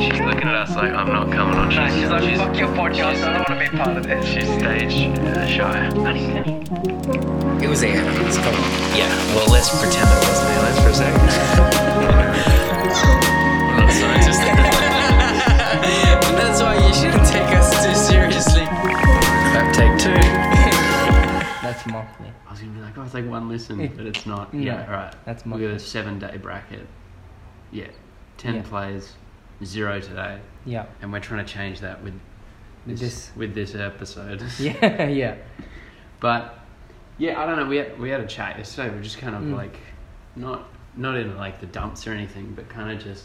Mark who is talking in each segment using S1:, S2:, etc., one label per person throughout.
S1: She's looking at us like, I'm not coming on.
S2: No,
S1: She's,
S2: she's like,
S1: she's,
S2: fuck your podcast, I don't want to be part of this.
S1: she's stage uh, shy.
S3: It was aliens. Come on.
S1: Yeah, well, let's pretend it wasn't aliens for a second. I'm not a scientist.
S3: That's why you shouldn't take us too seriously.
S1: Clap take two.
S4: That's monthly.
S1: I was going to be like, oh, it's like one listen, but it's not.
S4: No,
S1: Yeah, all right.
S4: that's
S1: we
S4: my-
S1: got a seven day bracket. Yeah, 10
S4: Yeah.
S1: plays, zero today.
S4: Yeah.
S1: And we're trying to change that with
S4: With
S1: this,
S4: this.
S1: with this episode.
S4: Yeah, yeah.
S1: But yeah, I don't know. We had, we had a chat yesterday. We were just kind
S4: Mm.
S1: of like not not in like the dumps or anything, but kind of just.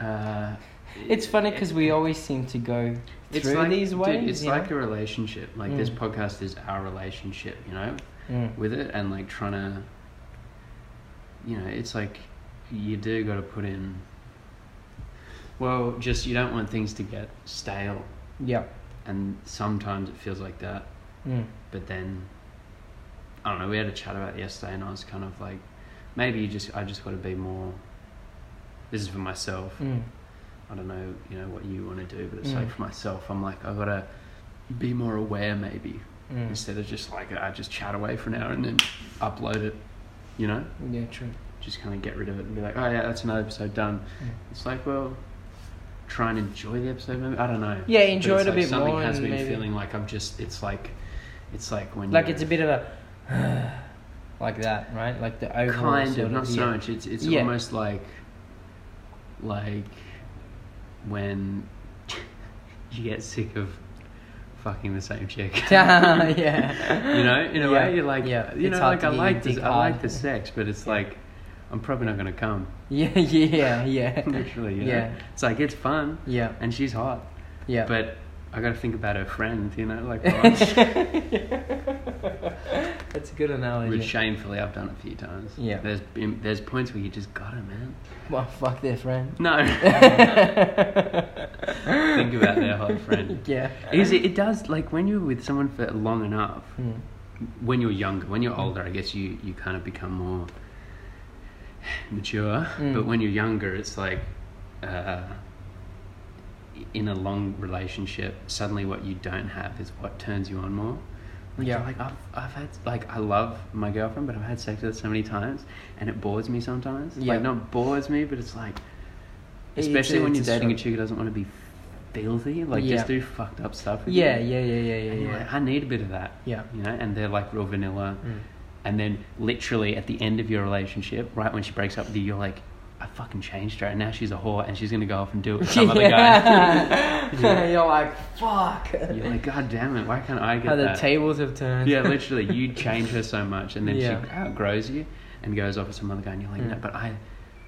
S1: Uh,
S4: It's funny because we always seem to go through
S1: it's like,
S4: these
S1: dude,
S4: ways.
S1: it's
S4: you
S1: like
S4: know?
S1: a relationship. Like this
S4: Mm.
S1: podcast is our relationship, you know,
S4: Mm.
S1: with it, and like trying to. You know, it's like you do got to put in. Well, just you don't want things to get stale,
S4: Yeah.
S1: and sometimes it feels like that.
S4: Mm.
S1: but then I don't know. We had a chat about it yesterday, and I was kind of like, maybe you just I just got to be more. This is for myself.
S4: Mm.
S1: I don't know, you know what you want to do, but it's
S4: Mm.
S1: like for myself. I'm like I gotta be more aware, maybe
S4: Mm.
S1: instead of just like I just chat away for an hour and then upload it. You know,
S4: Yeah, true.
S1: just kind of get rid of it and be like, oh yeah, that's another episode done.
S4: Mm.
S1: It's like well. Try and enjoy the episode, maybe. I don't know.
S4: Yeah,
S1: But
S4: enjoy
S1: it's
S4: it a
S1: like
S4: bit
S1: something
S4: more
S1: has
S4: and
S1: me
S4: maybe-
S1: feeling like I'm just. It's like, it's like when
S4: Like
S1: you're-
S4: it's a bit of a like that, right? Like the overall
S1: kind
S4: sort
S1: of not
S4: yeah.
S1: so much it's it's
S4: Yeah.
S1: almost like like when you get sick of fucking the same chick
S4: yeah.
S1: you know in a
S4: Yeah,
S1: way you're like
S4: yeah.
S1: you
S4: It's
S1: know like
S4: hard to
S1: i
S4: get
S1: like
S4: your
S1: this
S4: dick
S1: i
S4: hard.
S1: like the sex but it's like i'm probably not gonna come
S4: Yeah, yeah, yeah.
S1: literally you know?
S4: Yeah.
S1: it's like it's fun
S4: Yeah.
S1: and she's hot
S4: Yeah.
S1: but i gotta think about her friend you know like well,
S4: That's a good analogy.
S1: which shamefully i've done a few times
S4: Yeah.
S1: there's been there's points where you just gotta man
S4: well, fuck their friend.
S1: no
S4: Think
S1: think about their hot friend
S4: Yeah.
S1: Because it, it does, like, when you're with someone for long enough,
S4: Mm.
S1: when you're younger, when you're older, I guess you, you kind of become more mature.
S4: Mm.
S1: But when you're younger, it's like, uh, in a long relationship, suddenly what you don't have is what turns you on more. Like,
S4: Yeah.
S1: you're Like, I've, I've had, like, I love my girlfriend, but I've had sex with her so many times, and it bores me sometimes.
S4: Yeah.
S1: Like, not bores me, but it's like,
S4: It's
S1: especially
S4: a-
S1: when you're
S4: it's a
S1: dating a
S4: struggle.
S1: chick who doesn't want to be filthy, like,
S4: Yeah.
S1: just do fucked up stuff. with
S4: Yeah,
S1: you.
S4: yeah, yeah, yeah, yeah,
S1: And you're
S4: yeah.
S1: like, I need a bit of that.
S4: Yeah.
S1: You know, and they're like real vanilla.
S4: Mm.
S1: And then literally at the end of your relationship, right when she breaks up with you, you're like, I fucking changed her and now she's a whore and she's gonna go off and do it with some other guy.
S4: yeah. You're like, fuck.
S1: You're like, God damn it, why can't I get
S4: How the
S1: that?
S4: tables have turned.
S1: yeah, literally, you change her so much and then she
S4: Yeah.
S1: outgrows you and goes off with some other guy and you're like,
S4: Mm.
S1: No, but I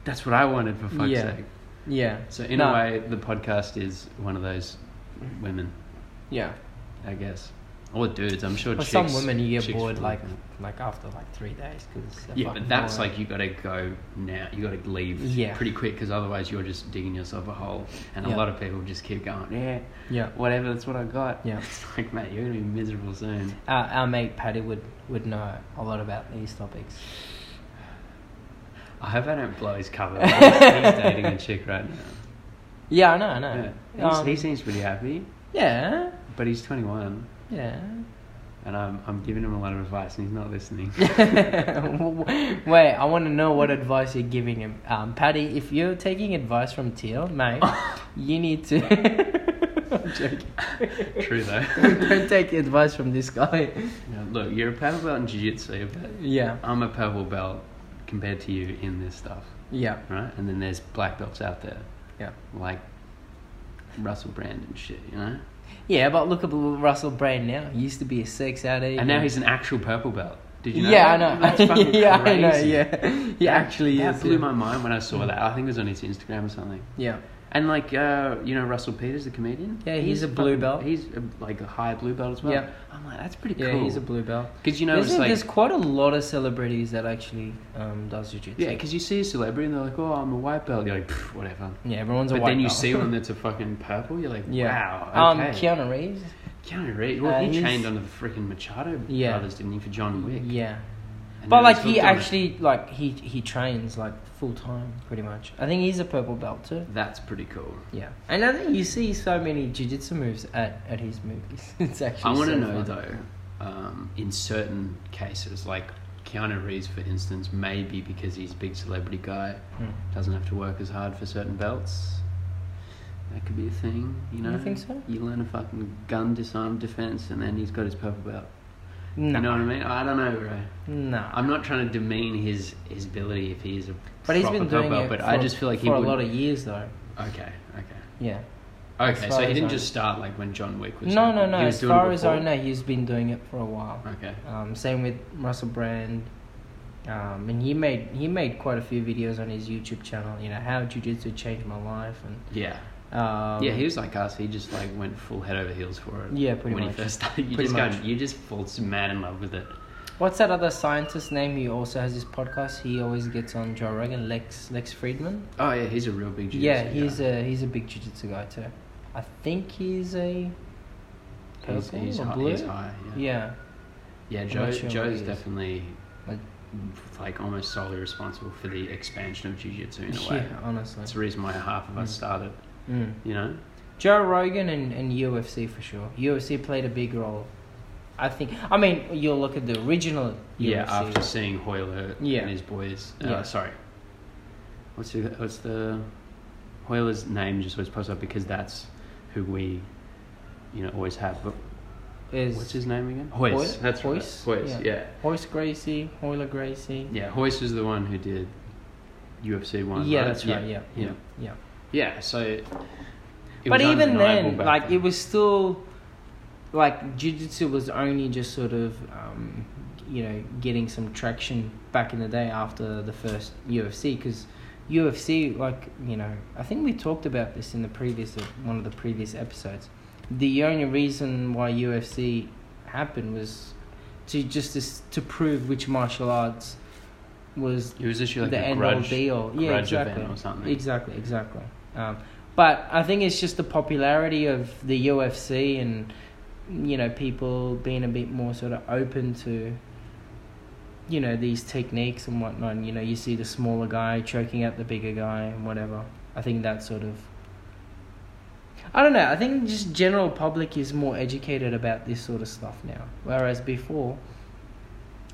S1: that's what I wanted for fuck's
S4: Yeah.
S1: sake.
S4: Yeah.
S1: So in
S4: No.
S1: a way the podcast is one of those women,
S4: Yeah.
S1: I guess. Or dudes, I'm sure
S4: For
S1: chicks,
S4: some women, you get
S1: chicks
S4: bored
S1: feel
S4: like
S1: that.
S4: like after like three days because
S1: Yeah, but that's like you gotta go now. You gotta leave
S4: Yeah.
S1: pretty quick because otherwise you're just digging yourself a hole. And
S4: Yeah.
S1: a lot of people just keep going, yeah,
S4: yeah.
S1: whatever, that's what I got.
S4: Yeah.
S1: It's like, mate, you're gonna be miserable soon.
S4: Our, our mate Paddy would would know a lot about these topics.
S1: I hope I don't blow his cover. he's dating a chick right now.
S4: Yeah, I know, I know.
S1: Yeah. He's,
S4: Um,
S1: he seems pretty happy,
S4: yeah,
S1: but he's 21,
S4: yeah.
S1: and I'm I'm giving him a lot of advice, and he's not listening.
S4: Wait, I want to know what advice you're giving him, um, Paddy. If you're taking advice from Teal, mate, you need to. I'm joking.
S1: True though.
S4: Don't take advice from this guy.
S1: Now, look, you're a purple belt in jiu-jitsu, but
S4: Yeah,
S1: I'm a purple belt compared to you in this stuff.
S4: yeah,
S1: right? And then there's black belts out there.
S4: Yeah.
S1: Like Russell Brand and shit, you know?
S4: yeah. But look at little Russell Brand now. He used to be a sex addict.
S1: And now he's an actual purple belt. Did you know?
S4: Yeah,
S1: that?
S4: I know.
S1: That's fucking
S4: yeah, I know.
S1: crazy.
S4: Yeah, he
S1: That-
S4: actually
S1: that
S4: is.
S1: blew
S4: yeah.
S1: my mind when I saw that. I think it was on his Instagram or something.
S4: Yeah.
S1: And like, uh, you know, Russell Peters, the comedian.
S4: Yeah, he's a
S1: fucking-
S4: blue belt.
S1: He's a, like a high blue belt as well.
S4: Yeah.
S1: I'm like, that's pretty
S4: Yeah,
S1: cool.
S4: he's a blue belt.
S1: Because you know,
S4: there's,
S1: it's like,
S4: there's quite a lot of celebrities that actually um, does jiu-jitsu.
S1: yeah, because you see a celebrity and they're like, oh, I'm a white belt. You're like, "Pff, whatever.
S4: Yeah, everyone's a
S1: But
S4: white
S1: then you
S4: belt.
S1: see one that's a fucking purple. You're like,
S4: Yeah.
S1: wow. Okay.
S4: Um, Keanu Reeves.
S1: Keanu Reeves, well,
S4: Uh,
S1: he
S4: he's-
S1: trained under the freaking Machado
S4: Yeah.
S1: brothers, didn't he, for John Wick?
S4: Yeah.
S1: And
S4: But
S1: now he's
S4: like he
S1: hooked on it.
S4: actually like he he trains like full time pretty much. I think he's a purple belt too.
S1: That's pretty cool.
S4: Yeah, and I think you see so many jiu-jitsu moves at, at his movies. It's
S1: I
S4: actually.
S1: want to
S4: so
S1: know
S4: fun.
S1: though, um, in certain cases, like Keanu Reeves, for instance, maybe because he's a big celebrity guy,
S4: Mm.
S1: doesn't have to work as hard for certain belts. That could be a thing, you
S4: You
S1: know.
S4: think so?
S1: You learn a fucking gun disarm defense, and then he's got his purple belt.
S4: No,
S1: You know what I mean? I don't know, bro.
S4: no.
S1: I'm not trying to demean his his ability if he is a
S4: but he's
S1: proper
S4: been
S1: purple
S4: doing
S1: belt,
S4: it.
S1: But
S4: for,
S1: I just feel like
S4: for
S1: he
S4: a
S1: would.
S4: lot of years though.
S1: okay, okay.
S4: Yeah. As
S1: Okay,
S4: far
S1: so he
S4: as
S1: didn't
S4: I-
S1: just start like when John Wick was.
S4: No, no,
S1: happening.
S4: no.
S1: He was
S4: As
S1: doing it
S4: far as I
S1: before?
S4: know, he's been doing it for a while.
S1: Okay.
S4: Um, same with Russell Brand. Um, and he made he made quite a few videos on his YouTube channel. You know how jiu-jitsu changed my life and.
S1: Yeah.
S4: Um,
S1: yeah, he was like us. He just like went full head over heels for it.
S4: Yeah, pretty
S1: when
S4: much.
S1: he first started, you
S4: Pretty
S1: just
S4: much.
S1: got, you just fall mad in love with it.
S4: What's that other scientist's name who also has his podcast? He always gets on Joe Rogan, Lex Lex Friedman.
S1: Oh yeah, he's a real big. jiu-jitsu
S4: yeah,
S1: guy.
S4: he's a he's a big jiu-jitsu guy too. I think he's a purple
S1: he's, he's,
S4: or
S1: hi-
S4: blue.
S1: he's high. Yeah, yeah.
S4: yeah. I'm
S1: Joe,
S4: not sure what
S1: Joe's
S4: he is.
S1: definitely
S4: Like-
S1: like almost solely responsible for the expansion of jiu-jitsu in a way.
S4: yeah, honestly.
S1: That's the reason why half of us
S4: Mm.
S1: started.
S4: Mm.
S1: You know.
S4: Joe Rogan and, and UFC for sure. UFC played a big role. I think. I mean, you'll look at the original.
S1: Yeah,
S4: UFC.
S1: after seeing Hoyler
S4: Yeah.
S1: and his boys. Uh,
S4: Yeah.
S1: Sorry. What's the, what's the Hoyler's name just always pops up because that's who we, you know, always have. But
S4: is
S1: what's his name again?
S4: Hoy-
S1: Hoyce. That's
S4: Hoyce?
S1: right. Hoyce. Yeah.
S4: Hoist Gracie, Hoyler Gracie.
S1: yeah. Hoyce is the one who did UFC one.
S4: yeah, that's right. Yeah,
S1: Yeah.
S4: yeah.
S1: Yeah. So. it
S4: but
S1: was
S4: even
S1: undeniable
S4: then,
S1: back
S4: like it was still like jiu-jitsu was only just sort of um, you know getting some traction back in the day after the first UFC because UFC like you know I think we talked about this in the previous one of the previous episodes. The only reason why UFC happened was to just to, to prove which martial arts was
S1: It was actually like
S4: the
S1: a
S4: end all
S1: grudge,
S4: be all. Yeah,
S1: grudge event
S4: exactly.
S1: or something.
S4: Exactly, exactly. Um, but I think it's just the popularity of the UFC and you know people being a bit more sort of open to you know these techniques and whatnot. And, you know, you see the smaller guy choking out the bigger guy and whatever. I think that sort of. I don't know. I think just general public is more educated about this sort of stuff now, whereas before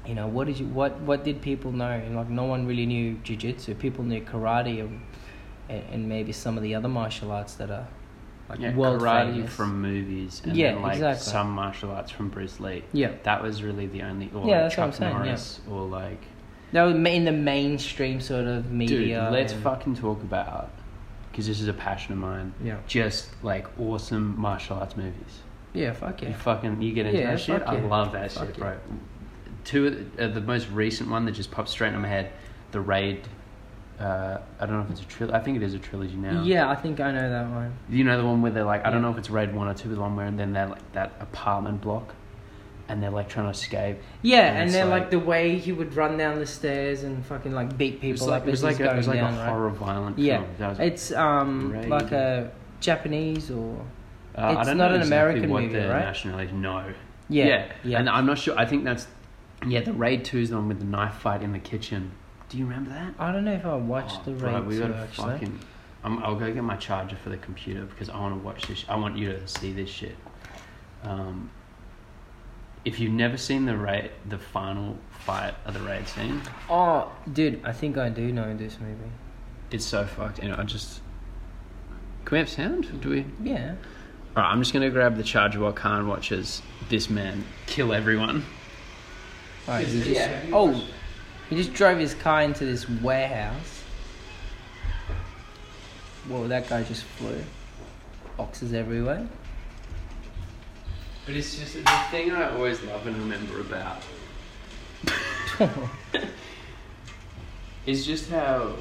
S4: you know what did you what what did people know and like no one really knew jiu-jitsu people knew karate and, and, and maybe some of the other martial arts that are like
S1: yeah,
S4: world
S1: karate
S4: famous.
S1: from movies and
S4: Yeah,
S1: then like
S4: exactly.
S1: some martial arts from Bruce Lee.
S4: yeah
S1: That was really the only, or like
S4: Yeah, that's what I'm
S1: Chuck
S4: saying, yeah.
S1: Norris, or like,
S4: that was ma- in the mainstream sort of media
S1: dude, let's
S4: and-
S1: fucking talk about, because this is a passion of mine.
S4: yeah
S1: Just like awesome martial arts movies.
S4: yeah fuck
S1: You
S4: yeah
S1: fucking, you get into
S4: Yeah,
S1: that shit.
S4: fuck
S1: I
S4: yeah.
S1: love that
S4: Fuck
S1: shit,
S4: yeah.
S1: bro. Two, of the- uh, the most recent one that just popped straight in my head, The Raid. Uh, I don't know if it's a trilogy. I think it is a trilogy now.
S4: yeah i think i know that one
S1: You know the one where they're like, I don't know
S4: Yeah.
S1: if it's Raid One or Two, but the one where and then they're like that apartment block, and they're like trying to escape.
S4: yeah
S1: And
S4: and,
S1: it's
S4: then like,
S1: like-
S4: the way he would run down the stairs and fucking like beat
S1: It was
S4: people
S1: like
S4: up
S1: it was
S4: as
S1: like
S4: he's
S1: a, it was
S4: going
S1: like
S4: down,
S1: a
S4: right?
S1: horror violent
S4: Yeah.
S1: film. That was,
S4: it's um
S1: Raid.
S4: like a japanese or
S1: uh, I
S4: it's
S1: don't
S4: not
S1: know
S4: an
S1: exactly
S4: American
S1: what
S4: movie,
S1: the
S4: right?
S1: nationality. No.
S4: yeah
S1: yeah.
S4: yeah
S1: And I'm not sure. I think that's yeah. The Raid Two is the one with the knife fight in the kitchen. Do you remember that?
S4: i don't know if i watched
S1: Oh,
S4: the
S1: bro,
S4: raid
S1: we
S4: too,
S1: gotta
S4: actually
S1: fucking. I'm, I'll go get my charger for the computer because I want to watch this. I want you to see this shit. Um, if you've never seen the raid, the final fight of the raid scene,
S4: Oh, dude, I think I do know this movie.
S1: it's so fucked. And I just. Can we have sound? Do we?
S4: Yeah.
S1: All right, I'm just gonna grab the charger while Khan watches this man kill everyone.
S4: Alright, he just, oh, he just drove his car into this warehouse. Whoa, that guy just flew. Boxes everywhere.
S1: But it's just the thing I always love and remember about is just how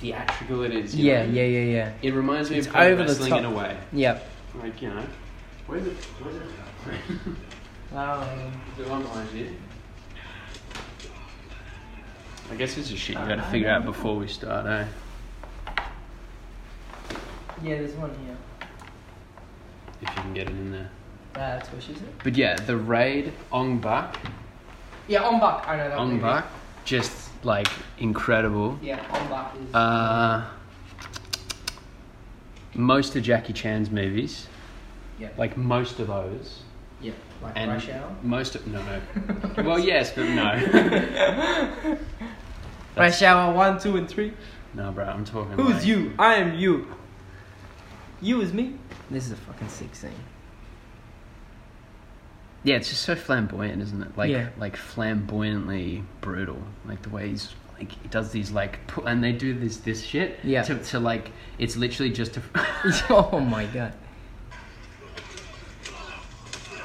S1: theatrical it is. you
S4: yeah,
S1: know?
S4: yeah, yeah, yeah.
S1: It reminds me
S4: It's
S1: of pro
S4: over the
S1: wrestling
S4: top.
S1: in a way.
S4: Yep.
S1: Like, you know. Where's it? Where's it?
S4: Um,
S1: the one behind you. I guess it's a shit you gotta figure out before we start, eh?
S4: yeah, there's one here.
S1: If you can get it in there.
S4: That's what she said.
S1: But yeah, the raid Ong Bak
S4: Yeah, on Buck. I know that.
S1: Ong
S4: movie.
S1: Bak, just like incredible.
S4: Yeah, on Buck is.
S1: Uh, most of Jackie Chan's movies,
S4: yeah,
S1: like most of those,
S4: yeah, like
S1: and
S4: Rush Hour.
S1: most of no no. well, yes, but no.
S4: Rush Hour one, two, and three.
S1: No, bro, I'm talking.
S4: Who's
S1: like-
S4: you? I am you. You is me. This is a fucking sick scene.
S1: Yeah, it's just so flamboyant, isn't it? Like
S4: Yeah.
S1: like flamboyantly brutal. Like the way he's like he does these like pu- and they do this this shit
S4: Yeah.
S1: to to like it's literally just to
S4: oh my god.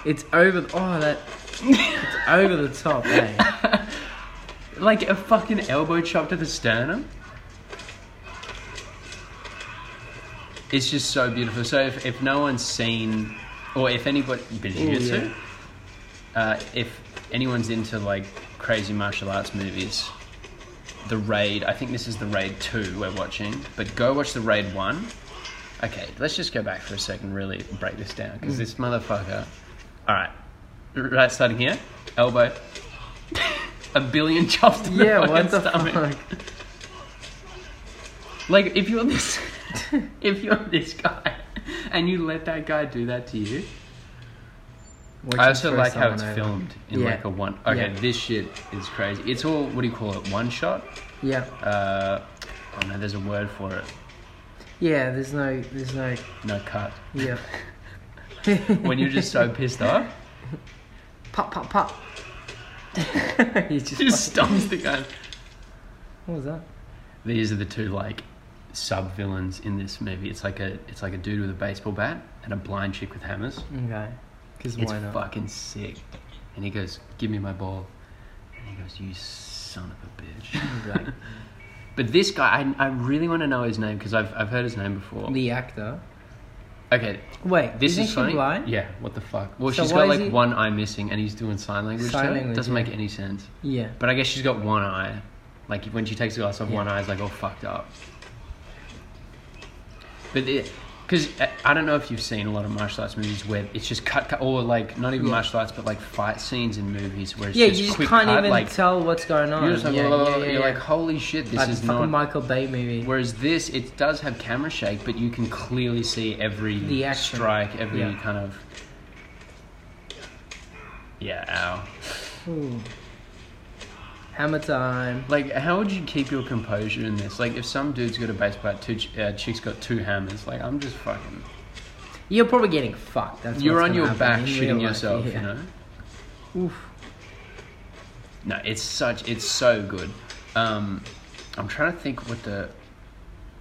S4: It's over. The, oh, that. It's over the top, eh?
S1: like a fucking elbow chop to the sternum. It's just so beautiful. So if, if no one's seen, or if anybody Bujutsu, uh, if anyone's into like crazy martial arts movies, the Raid. I think this is the Raid Two we're watching, but go watch the Raid One. Okay, let's just go back for a second, really break this down, because this motherfucker. All right, right, starting here, elbow. a billion chops to
S4: Yeah,
S1: the fucking
S4: what the
S1: stomach.
S4: fuck?
S1: Like if you're this, if you're this guy, and you let that guy do that to you. I also like how it's filmed in
S4: Yeah.
S1: like a one. Okay,
S4: Yeah.
S1: this shit is crazy. It's all what do you call it? One shot.
S4: Yeah,
S1: Uh, oh no, there's a word for it.
S4: yeah. There's no, there's no.
S1: No cut.
S4: Yeah.
S1: When you're just so pissed off,
S4: pop, pop, pop. He's just.
S1: just stomps the guy.
S4: What was that?
S1: These are the two like sub villains in this movie. It's like a it's like a dude with a baseball bat and a blind chick with hammers.
S4: Okay. Because
S1: It's
S4: why not?
S1: fucking sick. And he goes, "Give me my ball." And he goes, "You son of a bitch."
S4: Right.
S1: but this guy, I, I really want to know his name because I've I've heard his name before.
S4: The actor.
S1: Okay,
S4: Wait,
S1: this
S4: isn't
S1: is
S4: she
S1: funny.
S4: blind?
S1: Yeah, what the fuck? Well,
S4: So
S1: she's
S4: why
S1: got
S4: is
S1: like
S4: he-
S1: one eye missing, and he's doing sign language.
S4: Sign
S1: to her.
S4: language,
S1: Doesn't
S4: yeah.
S1: make any sense.
S4: Yeah.
S1: But I guess she's got one eye. Like when she takes the glass off,
S4: Yeah.
S1: one eye's like all fucked up. But because I don't know if you've seen a lot of martial arts movies where it's just cut, cut or like not even
S4: Yeah.
S1: martial arts, but like fight scenes in movies where it's
S4: Yeah,
S1: just
S4: you just
S1: quick
S4: can't
S1: cut,
S4: even
S1: like
S4: tell what's going on.
S1: you're just like,
S4: yeah,
S1: "Oh,"
S4: yeah, yeah,
S1: you're
S4: yeah.
S1: like holy shit, this
S4: Like the
S1: is
S4: fucking
S1: not.
S4: Michael Bay movie.
S1: Whereas this, it does have camera shake, but you can clearly see every
S4: The action.
S1: strike, every
S4: Yeah.
S1: kind of. Yeah, ow.
S4: Ooh. Hammer time.
S1: Like, how would you keep your composure in this? Like, if some dude's got a base bat, two ch- uh, chick's got two hammers, like, I'm just fucking.
S4: You're probably getting fucked. That's
S1: You're
S4: what's
S1: on
S4: gonna
S1: your
S4: happen
S1: back
S4: in real
S1: shitting
S4: life,
S1: yourself,
S4: yeah.
S1: you know?
S4: Oof.
S1: No, it's such. It's so good. Um, I'm trying to think what the.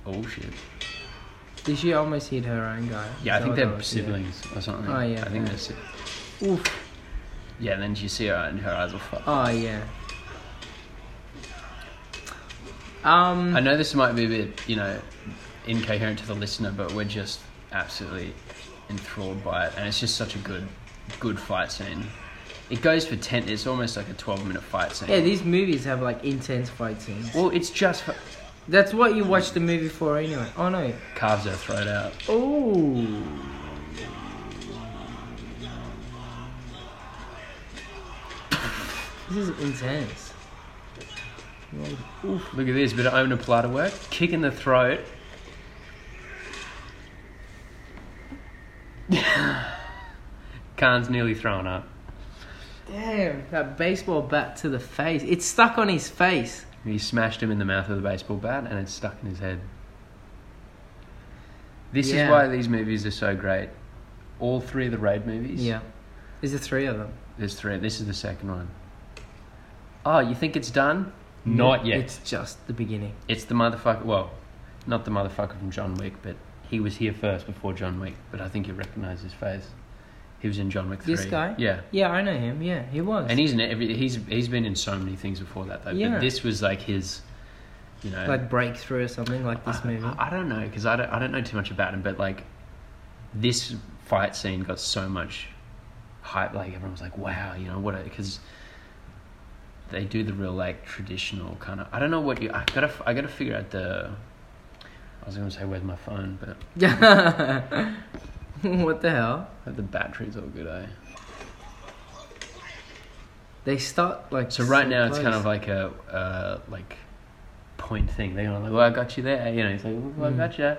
S1: Oh, shit.
S4: Did she almost hit her own guy?
S1: Yeah, I
S4: Is
S1: think
S4: that
S1: they're
S4: what that was? Yeah.
S1: siblings or something.
S4: Oh, yeah,
S1: I think
S4: yeah.
S1: they're si-
S4: Oof.
S1: Yeah, and then you see her and her eyes are fucked.
S4: Oh yeah. Um.
S1: I know this might be a bit, you know, incoherent to the listener, but we're just absolutely enthralled by it, and it's just such a good, good fight scene. It goes for ten. It's almost like a twelve-minute fight scene.
S4: yeah, these movies have like intense fight scenes.
S1: well, it's just for,
S4: That's what you watch the movie for anyway. Oh no.
S1: carves her throat out.
S4: Oh. This is intense.
S1: Oof, look at this bit of own platter work, kick in the throat. Khan's nearly thrown up.
S4: Damn, that baseball bat to the face. It's stuck on his face.
S1: He smashed him in the mouth with a baseball bat and it's stuck in his head. This
S4: Yeah.
S1: is why these movies are so great. All three of the Raid movies.
S4: Yeah. Is there three of them?
S1: There's three. This is the second one. Oh, you think it's done? Not yet. It's,
S4: It's just the beginning.
S1: the motherfucker. Well, not the motherfucker from John Wick, but he was here first before John Wick. But I think you recognize his face. He was in John Wick 3.
S4: This guy?
S1: Yeah.
S4: Yeah, I know him. Yeah, he was.
S1: And he's in every, he's he's been in so many things before that though.
S4: Yeah.
S1: But this was like his, you know,
S4: like breakthrough or something like this
S1: I-
S4: movie.
S1: I, I don't know because I don't, I don't know too much about him, but like this fight scene got so much hype. Like everyone was like, "Wow, you know what?" Because they do the real like traditional kind of. I don't know what you. I gotta f- I gotta figure out the. I was gonna say where's my phone, but
S4: what the hell?
S1: the battery's all good. Eh?
S4: They start like
S1: So right now it's kind
S4: close.
S1: of like a uh, like point thing. They're like, "Well, I got you there," you know. It's like, "Well, I
S4: Mm.
S1: got you,"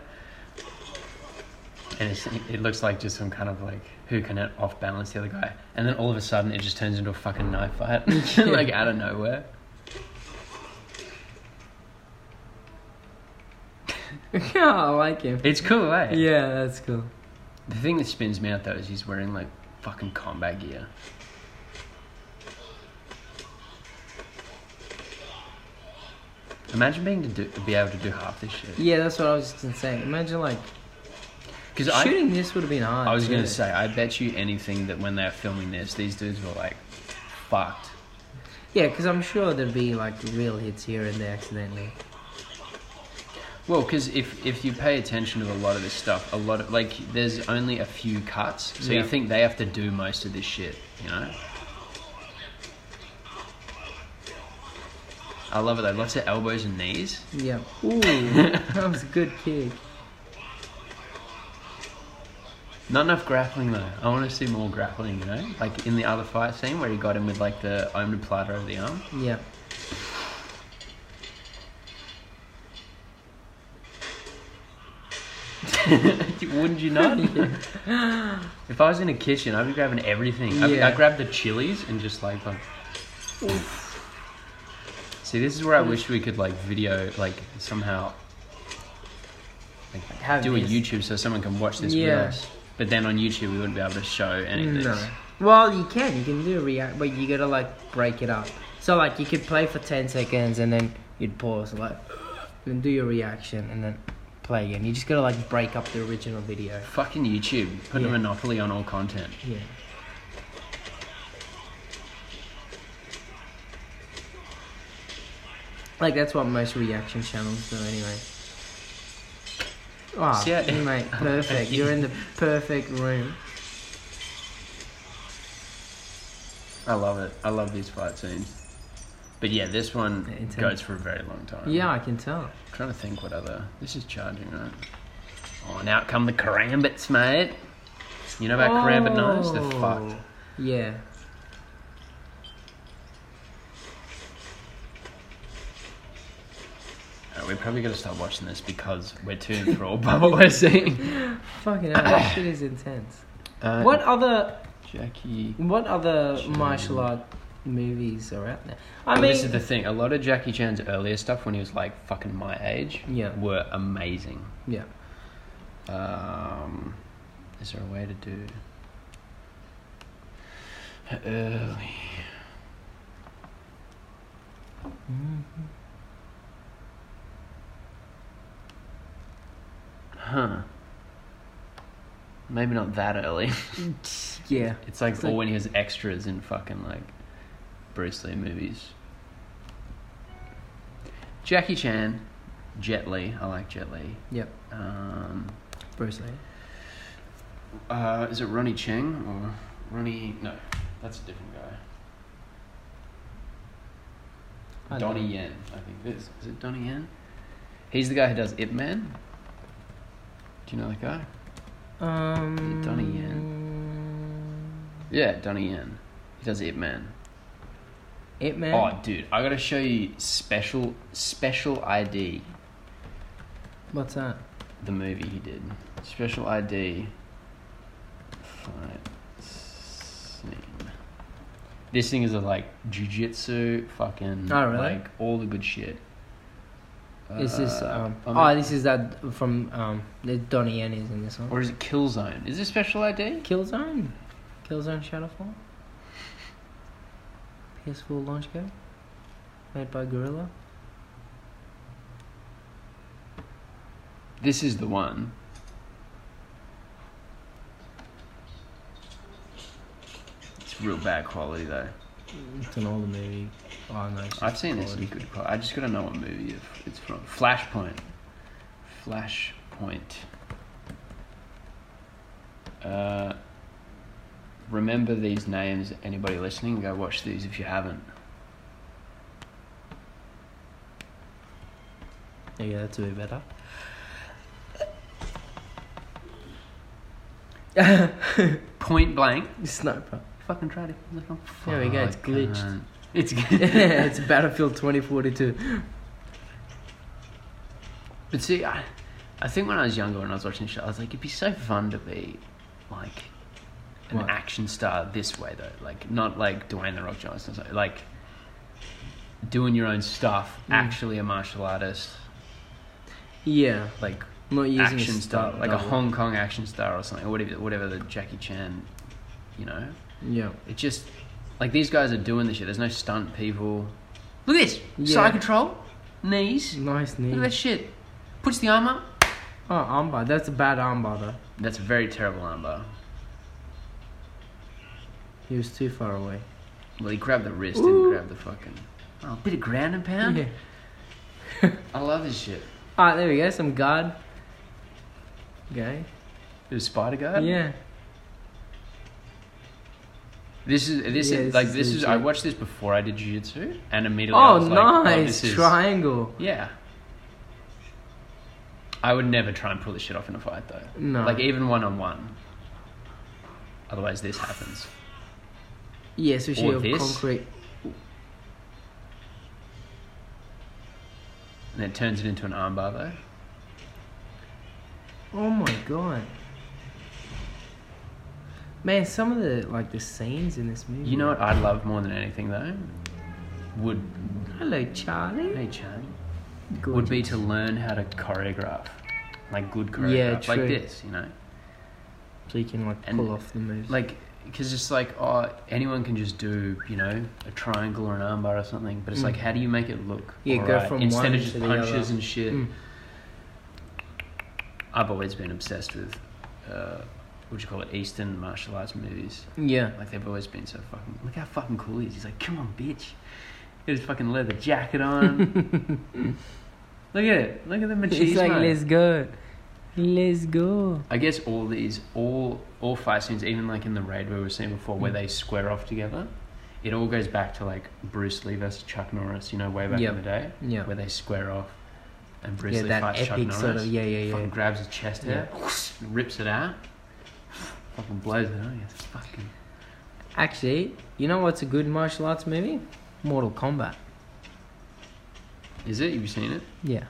S1: and it's, it looks like just some kind of like who can off balance the other guy, and then all of a sudden it just turns into a fucking knife fight, like out of nowhere.
S4: I like him.
S1: It's cool, eh?
S4: Yeah, that's cool.
S1: The thing that spins me out though is he's wearing like fucking combat gear. Imagine being to do, be able to do half this shit.
S4: Yeah, that's what I was just gonna say. Imagine like
S1: Because I,
S4: shooting this would have been hard.
S1: I was going
S4: too.
S1: to say, I bet you anything that when they're filming this, these dudes were like, fucked.
S4: Yeah, because I'm sure there'd be like real hits here and there accidentally.
S1: Well, because if, if you pay attention to a lot of this stuff, a lot of, like, there's only a few cuts. So you
S4: Yeah.
S1: think they have to do most of this shit, you know? I love it though. Lots of elbows and knees.
S4: Yeah. Ooh, that was a good kick.
S1: Not enough grappling though. I want to see more grappling, you know? Like in the other fight scene where he got him with like the omoplata over the arm.
S4: Yeah.
S1: Wouldn't you not? if I was in a kitchen, I'd be grabbing everything. I'd,
S4: Yeah.
S1: I'd grab the chilies and just like, like see, this is where I wish we could like video, like somehow, like
S4: Have
S1: do a
S4: this.
S1: YouTube so someone can watch this
S4: Yeah.
S1: with us. But then on YouTube, we wouldn't be able to show any of this.
S4: No. Well, you can. You can do a react, but you gotta like break it up. So like you could play for ten seconds and then you'd pause, like, and do your reaction and then play again. You just gotta like break up the original video.
S1: Fucking YouTube, put a
S4: Yeah.
S1: monopoly on all content.
S4: Yeah. Like that's what most reaction channels do anyway. Ah,
S1: See, I-
S4: you mate, perfect. You're in the perfect room.
S1: I love it. I love these fight scenes. But yeah, this one
S4: Intense.
S1: goes for a very long time.
S4: Yeah, I can tell.
S1: Trying to think what other. This is charging, right? Oh, and out come the karambits, mate. You know about karambit knives? They're fucked.
S4: Oh, Yeah.
S1: Alright, we're Uh, probably going to start watching this because we're too enthralled by what we're seeing.
S4: Fucking hell, that shit is intense.
S1: Uh,
S4: What other
S1: Jackie.
S4: what other
S1: Sure.
S4: martial art movies are out there? I
S1: Well,
S4: mean,
S1: this is the thing. A lot of Jackie Chan's earlier stuff when he was like fucking my age
S4: Yeah.
S1: were amazing.
S4: yeah.
S1: Um, is there a way to do early? Mm-hmm. Huh. Maybe not that early.
S4: Yeah.
S1: It's like
S4: It's
S1: or
S4: like-
S1: when he was extras in fucking like Bruce Lee movies. Jackie Chan, Jet Li. I like Jet Li.
S4: Yep.
S1: Um,
S4: Bruce Lee.
S1: Uh, is it Ronnie Cheng or Ronnie? No, that's a different guy.
S4: I don't
S1: Donnie
S4: know.
S1: Yen, I think it is. Is it Donnie Yen? He's the guy who does Ip Man. Do you know that guy?
S4: Um,
S1: Donnie Yeah, Donnie Yen. He does Ip Man.
S4: Ip Man.
S1: Oh, dude, I gotta show you special special ID.
S4: What's that?
S1: the movie he did. Special ID. Fight scene. This thing is a like jujitsu, fucking
S4: Oh, really?
S1: like all the good shit.
S4: Is this
S1: Uh,
S4: um?
S1: I
S4: oh,
S1: mean-
S4: this is that from um. The Donnie Yen is in this one.
S1: or is it Killzone? Is this special ID?
S4: Killzone. Killzone Shadowfall. PS4 launch game. Made by Gorilla.
S1: This is the one. It's real bad quality though.
S4: It's an older movie. Oh no. it's
S1: I've
S4: just
S1: seen this in
S4: quality.
S1: good quality. I just gotta know what movie if it's from. Flashpoint. Flashpoint. Uh, remember these names. Anybody listening, go watch these if you haven't.
S4: Yeah, that's a bit better.
S1: Point Blank.
S4: Sniper.
S1: fucking tried it. I was like, oh,
S4: There we go, it's
S1: fuck,
S4: glitched.
S1: cunt. It's
S4: it's
S1: glitched.
S4: Battlefield 2042.
S1: but see, I, I think when I was younger, when I was watching the show, I was like, it'd be so fun to be like an
S4: What?
S1: action star this way, though. Like, not like Dwayne the Rock Johnson, so, like doing your own stuff,
S4: Mm.
S1: actually a martial artist,
S4: Yeah,
S1: like
S4: not using a
S1: action star, like a
S4: double.
S1: Hong Kong action star or something, or whatever, whatever the Jackie Chan, you know.
S4: Yeah,
S1: It just like these guys are doing this shit. There's no stunt people. Look at this
S4: Yeah.
S1: side control, knees.
S4: nice
S1: Look at that
S4: knee.
S1: shit. Puts the arm up.
S4: Oh, armbar. That's a bad armbar though.
S1: That's a very terrible armbar.
S4: He was too far away.
S1: Well, he grabbed the wrist
S4: Ooh.
S1: and grabbed the fucking. Oh, bit of ground and pound.
S4: Yeah.
S1: I love his shit.
S4: Ah, there we go. Some guard. Okay.
S1: The spider guy.
S4: Yeah.
S1: This is this
S4: Yeah,
S1: is
S4: this
S1: like
S4: is
S1: this is. I
S4: legit.
S1: watched this before I did jiu-jitsu, and immediately. I
S4: Oh,
S1: was like, oh,
S4: nice
S1: this is,
S4: triangle.
S1: Yeah. I would never try and pull this shit off in a fight though.
S4: No.
S1: Like even one on one. Otherwise, this happens.
S4: Yes, we
S1: or
S4: should have
S1: this.
S4: concrete.
S1: And it turns it into an armbar though.
S4: Oh my god. Man, some of the like the scenes in this movie.
S1: You know what I'd love more than anything though? Would
S4: Hello, Charlie.
S1: hey Chan,
S4: Gorgeous.
S1: would be to learn how to choreograph, like good choreograph,
S4: Yeah,
S1: like
S4: true.
S1: this, you know,
S4: so you can like
S1: and-
S4: pull off the moves.
S1: like because it's like oh anyone can just do you know a triangle or an armbar or something, but it's
S4: Mm.
S1: like how do you make it look
S4: Yeah, go
S1: alright
S4: from
S1: instead
S4: one
S1: of just
S4: to the
S1: punches
S4: other.
S1: and shit.
S4: Mm.
S1: I've always been obsessed with uh, what do you call it Eastern martial arts movies.
S4: yeah.
S1: Like they've always been so fucking. Look how fucking cool he is. He's like, come on, bitch. Get his fucking leather jacket on. look at it. Look at the machismo.
S4: It's like let's go, let's go.
S1: I guess all these, all all fight scenes, even like in the raid we were seeing before,
S4: Mm.
S1: where they square off together, it all goes back to like Bruce Lee versus Chuck Norris. You know, way back
S4: Yep.
S1: in the day,
S4: Yeah.
S1: where they square off, and Bruce
S4: yeah,
S1: Lee
S4: that
S1: fights Chuck
S4: epic
S1: Norris.
S4: sort of yeah, yeah, yeah.
S1: Fucking grabs his chest hair, rips it out, fucking blows it out. It's fucking.
S4: Actually, you know what's a good martial arts movie? Mortal Kombat.
S1: Is it? Have you seen it?
S4: Yeah.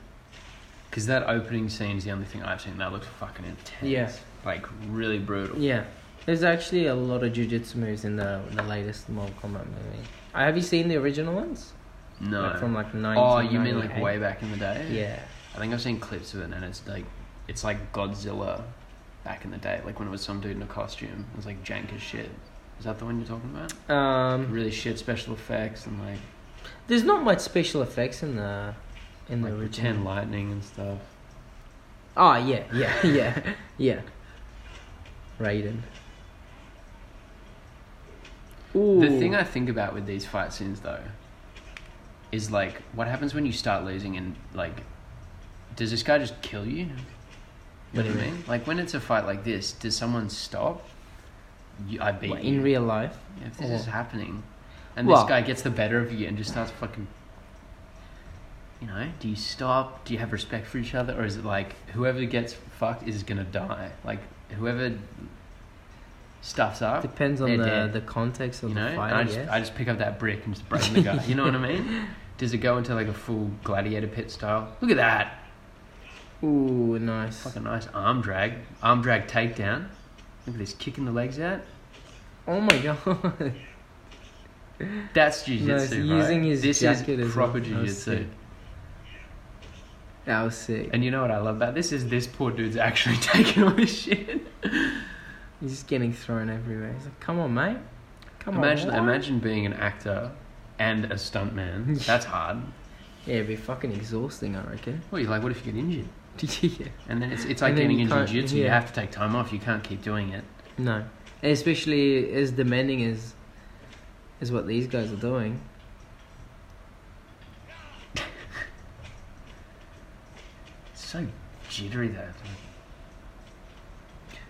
S1: Because that opening scene's the only thing I've seen that looks fucking intense.
S4: Yeah.
S1: Like really brutal.
S4: Yeah. There's actually a lot of jujitsu moves in the the latest Mortal Kombat movie. Uh, have you seen the original ones?
S1: No.
S4: Like from like 1998.
S1: oh, you mean like way back in the day?
S4: Yeah.
S1: I think I've seen clips of it and it's like it's like Godzilla back in the day, like when it was some dude in a costume. It was like jank as shit. Is that the one you're talking about?
S4: Um,
S1: Really shit special effects and like
S4: there's not much special effects in the in the
S1: like
S4: original.
S1: pretend lightning and stuff.
S4: Oh yeah, yeah, yeah, yeah. Raiden. Ooh.
S1: The thing I think about with these fight scenes though is like what happens when you start losing and like does this guy just kill you? You
S4: What
S1: know
S4: do
S1: what I
S4: you
S1: mean? Like when it's a fight like this, does someone stop? You, I beat
S4: What,
S1: you.
S4: in real life.
S1: if this is
S4: Or-
S1: happening, and
S4: Well-
S1: this guy gets the better of you and just starts fucking, you know, do you stop? Do you have respect for each other, or is it like whoever gets fucked is gonna die? Like whoever stuffs up,
S4: Depends on
S1: they're
S4: the,
S1: dead,
S4: the context of
S1: you know.
S4: the
S1: And
S4: fight.
S1: I just
S4: yes.
S1: I just pick up that brick and just break the guy. You know what I mean? Does it go into like a full gladiator pit style? Look at that.
S4: Ooh, nice.
S1: Fucking nice arm drag, arm drag takedown. Look at this, kicking the legs out.
S4: Oh my god.
S1: That's jiu-jitsu,
S4: No, he's
S1: right?
S4: using his
S1: This
S4: jacket
S1: is
S4: as
S1: proper
S4: well. That was
S1: jiu-jitsu.
S4: sick. that was sick.
S1: And you know what I love about this is this poor dude's actually taking all this shit.
S4: He's just getting thrown everywhere. He's like, come on, mate. Come
S1: imagine,
S4: on. what?"
S1: imagine being an actor and a stuntman. That's hard.
S4: Yeah, it'd be fucking exhausting, I reckon.
S1: Well, you're like, what if you get injured?
S4: yeah.
S1: And then it's, it's like
S4: And then
S1: getting
S4: you
S1: into
S4: can't-
S1: jiu-jitsu. You
S4: yeah.
S1: have to take time off. You can't keep doing it.
S4: No. Especially as demanding as is what these guys are doing.
S1: It's so jittery though.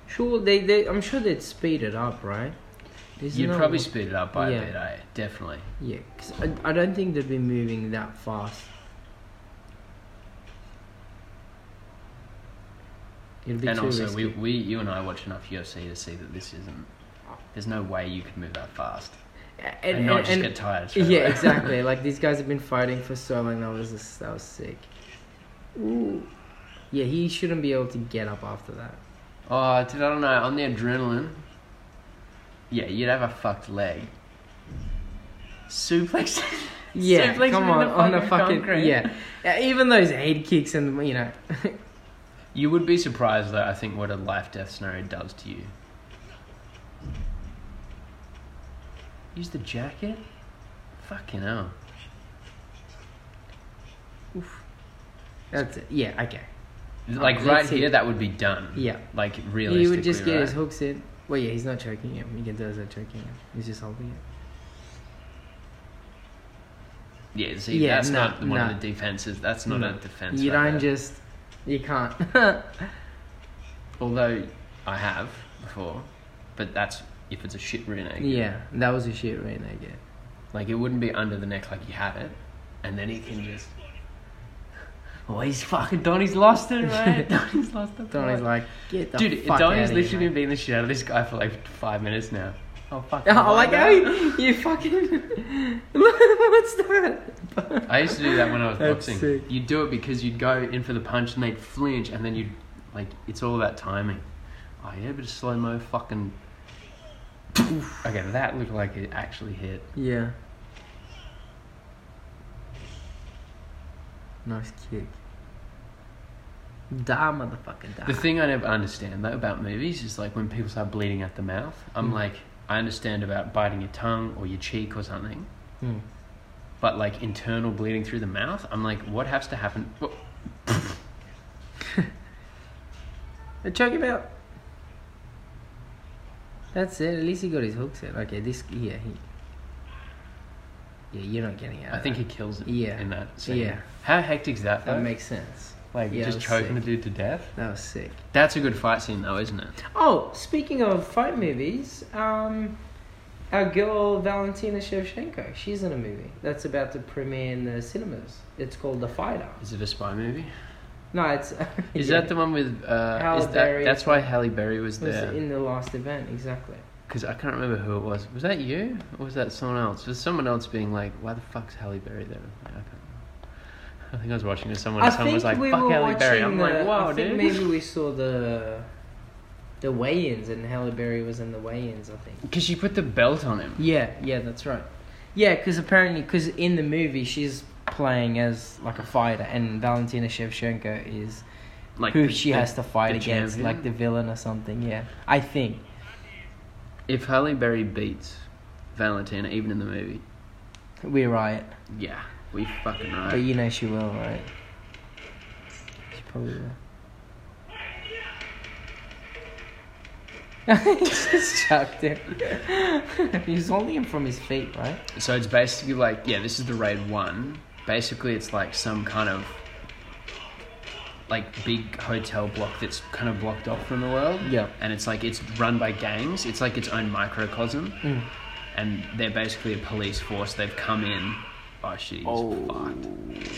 S4: Sure, they, they I'm sure they'd speed it up, right? There's
S1: You'd
S4: no-
S1: probably speed it up by
S4: Yeah.
S1: a bit, eh? Definitely.
S4: Yeah, 'cause I, I don't think they'd be moving that fast. It'd be
S1: and
S4: too
S1: also,
S4: risky.
S1: we, we, you and I watch enough UFC to see that this isn't There's no way you could move that fast
S4: And,
S1: and,
S4: and-
S1: not just
S4: and-
S1: get tired. straight
S4: yeah,
S1: away.
S4: exactly. Like these guys have been fighting for so long. That was just, that was sick. Ooh. Yeah, he shouldn't be able to get up after that.
S1: Oh, dude, I don't know. On the adrenaline, yeah, you'd have a fucked leg. Suplex.
S4: Yeah,
S1: Suplex
S4: come
S1: him in
S4: on,
S1: the
S4: on the
S1: fucking
S4: fucking
S1: concrete.
S4: yeah. Uh, Even those head kicks and you know,
S1: You would be surprised, though. I think what a life death scenario does to you. Use the jacket. Fucking hell.
S4: that's it. Yeah, okay.
S1: Like
S4: Let's
S1: right
S4: see.
S1: here, that would be done.
S4: Yeah.
S1: Like realistically,
S4: He would just get
S1: right?
S4: his hooks in. Well, yeah, he's not choking him. He does that choking him. He's just holding it.
S1: Yeah, see,
S4: Yeah,
S1: that's
S4: no,
S1: not one
S4: no.
S1: of the defenses. That's not
S4: No.
S1: a defense.
S4: you
S1: right there.
S4: don't just, you can't.
S1: Although I have before, but that's if it's a shit rear naked.
S4: yeah, that was a shit right there. Yeah.
S1: Like it wouldn't be under the neck like you had it, and then he can just. Oh, he's fucking Donny's lost it, right? Donny's lost the
S4: Donnie's
S1: plot.
S4: like, get the
S1: Dude,
S4: fuck
S1: Donny's
S4: outta here,
S1: literally
S4: mate."
S1: been beating the shit out of this guy for like five minutes now. Oh fuck!
S4: Oh, like, oh, you fucking. What's that?
S1: I used to do that when I was
S4: That's
S1: boxing.
S4: sick.
S1: You'd do it because you'd go in for the punch and they'd flinch, and then you'd like it's all about timing. Oh yeah, but slow mo fucking. okay, that looked like it actually hit.
S4: Yeah. Nice kick. Die, motherfucker, die.
S1: The thing I never understand though about movies is like when people start bleeding out the mouth. I'm
S4: Mm.
S1: like, I understand about biting your tongue or your cheek or something, Hmm.
S4: Mm.
S1: but like internal bleeding through the mouth, I'm like, what has to happen? Wha-
S4: Hey, Choke him out. That's it. At least he got his hooks in. Okay, this. Yeah, he. Yeah, you're not getting out.
S1: I
S4: of
S1: think he
S4: that.
S1: kills it
S4: Yeah.
S1: in that scene.
S4: Yeah.
S1: How hectic is that?
S4: That
S1: though?
S4: makes sense.
S1: like
S4: yeah,
S1: just
S4: that's
S1: choking a
S4: sick.
S1: dude to death.
S4: That was sick.
S1: That's a good fight scene though, isn't it?
S4: Oh, speaking of fight movies, um, our girl Valentina Shevchenko, she's in a movie that's about to premiere in the cinemas. It's called The Fighter.
S1: Is it a spy movie?
S4: No, it's.
S1: Is
S4: yeah,
S1: that the one with? Uh,
S4: Halle
S1: is that,
S4: Berry.
S1: that's why Halle Berry was
S4: it was
S1: there.
S4: in the last event exactly?
S1: Because I can't remember who it was. Was that you? Or was that someone else? Was someone else being like, why the fuck's Halle Berry there? Like, I can't remember. I think I was watching this. Someone,
S4: I
S1: someone was
S4: think
S1: like,
S4: we
S1: fuck
S4: were
S1: Halle Berry.
S4: watching
S1: I'm
S4: the,
S1: like, wow,
S4: I think
S1: dude.
S4: Maybe we saw the the weigh-ins, and Halle Berry was in the weigh-ins. I think.
S1: Because she put the belt on him.
S4: Yeah, yeah, that's right. Yeah, because apparently, because in the movie she's playing as like a fighter, and Valentina Shevchenko is
S1: Like
S4: who
S1: the-
S4: she
S1: the-
S4: has to fight
S1: the
S4: against,
S1: champion.
S4: like the villain or something. Yeah, I think.
S1: If Halle Berry beats Valentina, even in the movie,
S4: We're right,
S1: yeah, we fucking
S4: but
S1: right.
S4: you know she will, right? She probably will. just chucked him. he was holding him from his feet, right?
S1: So it's basically like, yeah, this is the raid one. Basically, it's like some kind of like big hotel block that's kind of blocked off from the world.
S4: Yeah.
S1: And it's like it's run by gangs. It's like its own microcosm.
S4: Mm.
S1: And they're basically a police force. They've come in. Oh shit, he's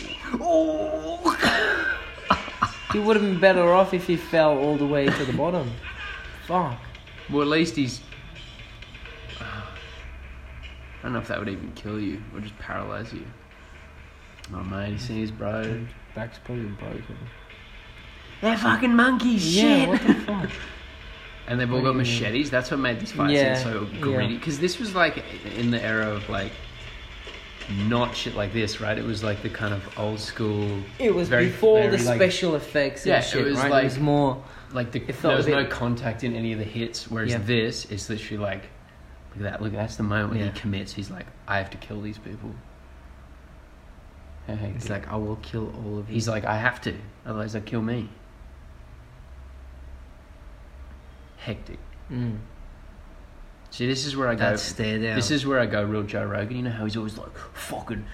S1: fucked. Oh.
S4: He would have been better off if he fell all the way to the bottom. Fuck.
S1: Well, at least he's. uh, I don't know if that would even kill you or just paralyze you. Oh man, he's seen his bro.
S4: Back's probably broken.
S1: They're fucking monkeys,
S4: Yeah, what the fuck?
S1: And they've all got
S4: What do you mean?
S1: machetes. That's what made this fight
S4: Yeah,
S1: scene so
S4: yeah.
S1: gritty. Because this was like in the era of like not shit like this, right? It was like the kind of old school.
S4: It was
S1: very-
S4: before
S1: very,
S4: the
S1: like-
S4: special effects and
S1: Yeah, it
S4: shit,
S1: was
S4: right?
S1: like-
S4: it was more.
S1: Like the,
S4: It felt
S1: there
S4: a
S1: was no
S4: bit-
S1: contact in any of the hits. Whereas
S4: Yeah.
S1: this is literally like, look at that. Look, that's the moment when
S4: Yeah.
S1: he commits. He's like, I have to kill these people. How hectic.
S4: It's like I will kill all of you.
S1: He's like, I have to, otherwise they'll kill me. Hectic.
S4: mm,
S1: See, this is where I go.
S4: that stare down.
S1: This is where I go real Joe Rogan. You know how he's always like, fucking,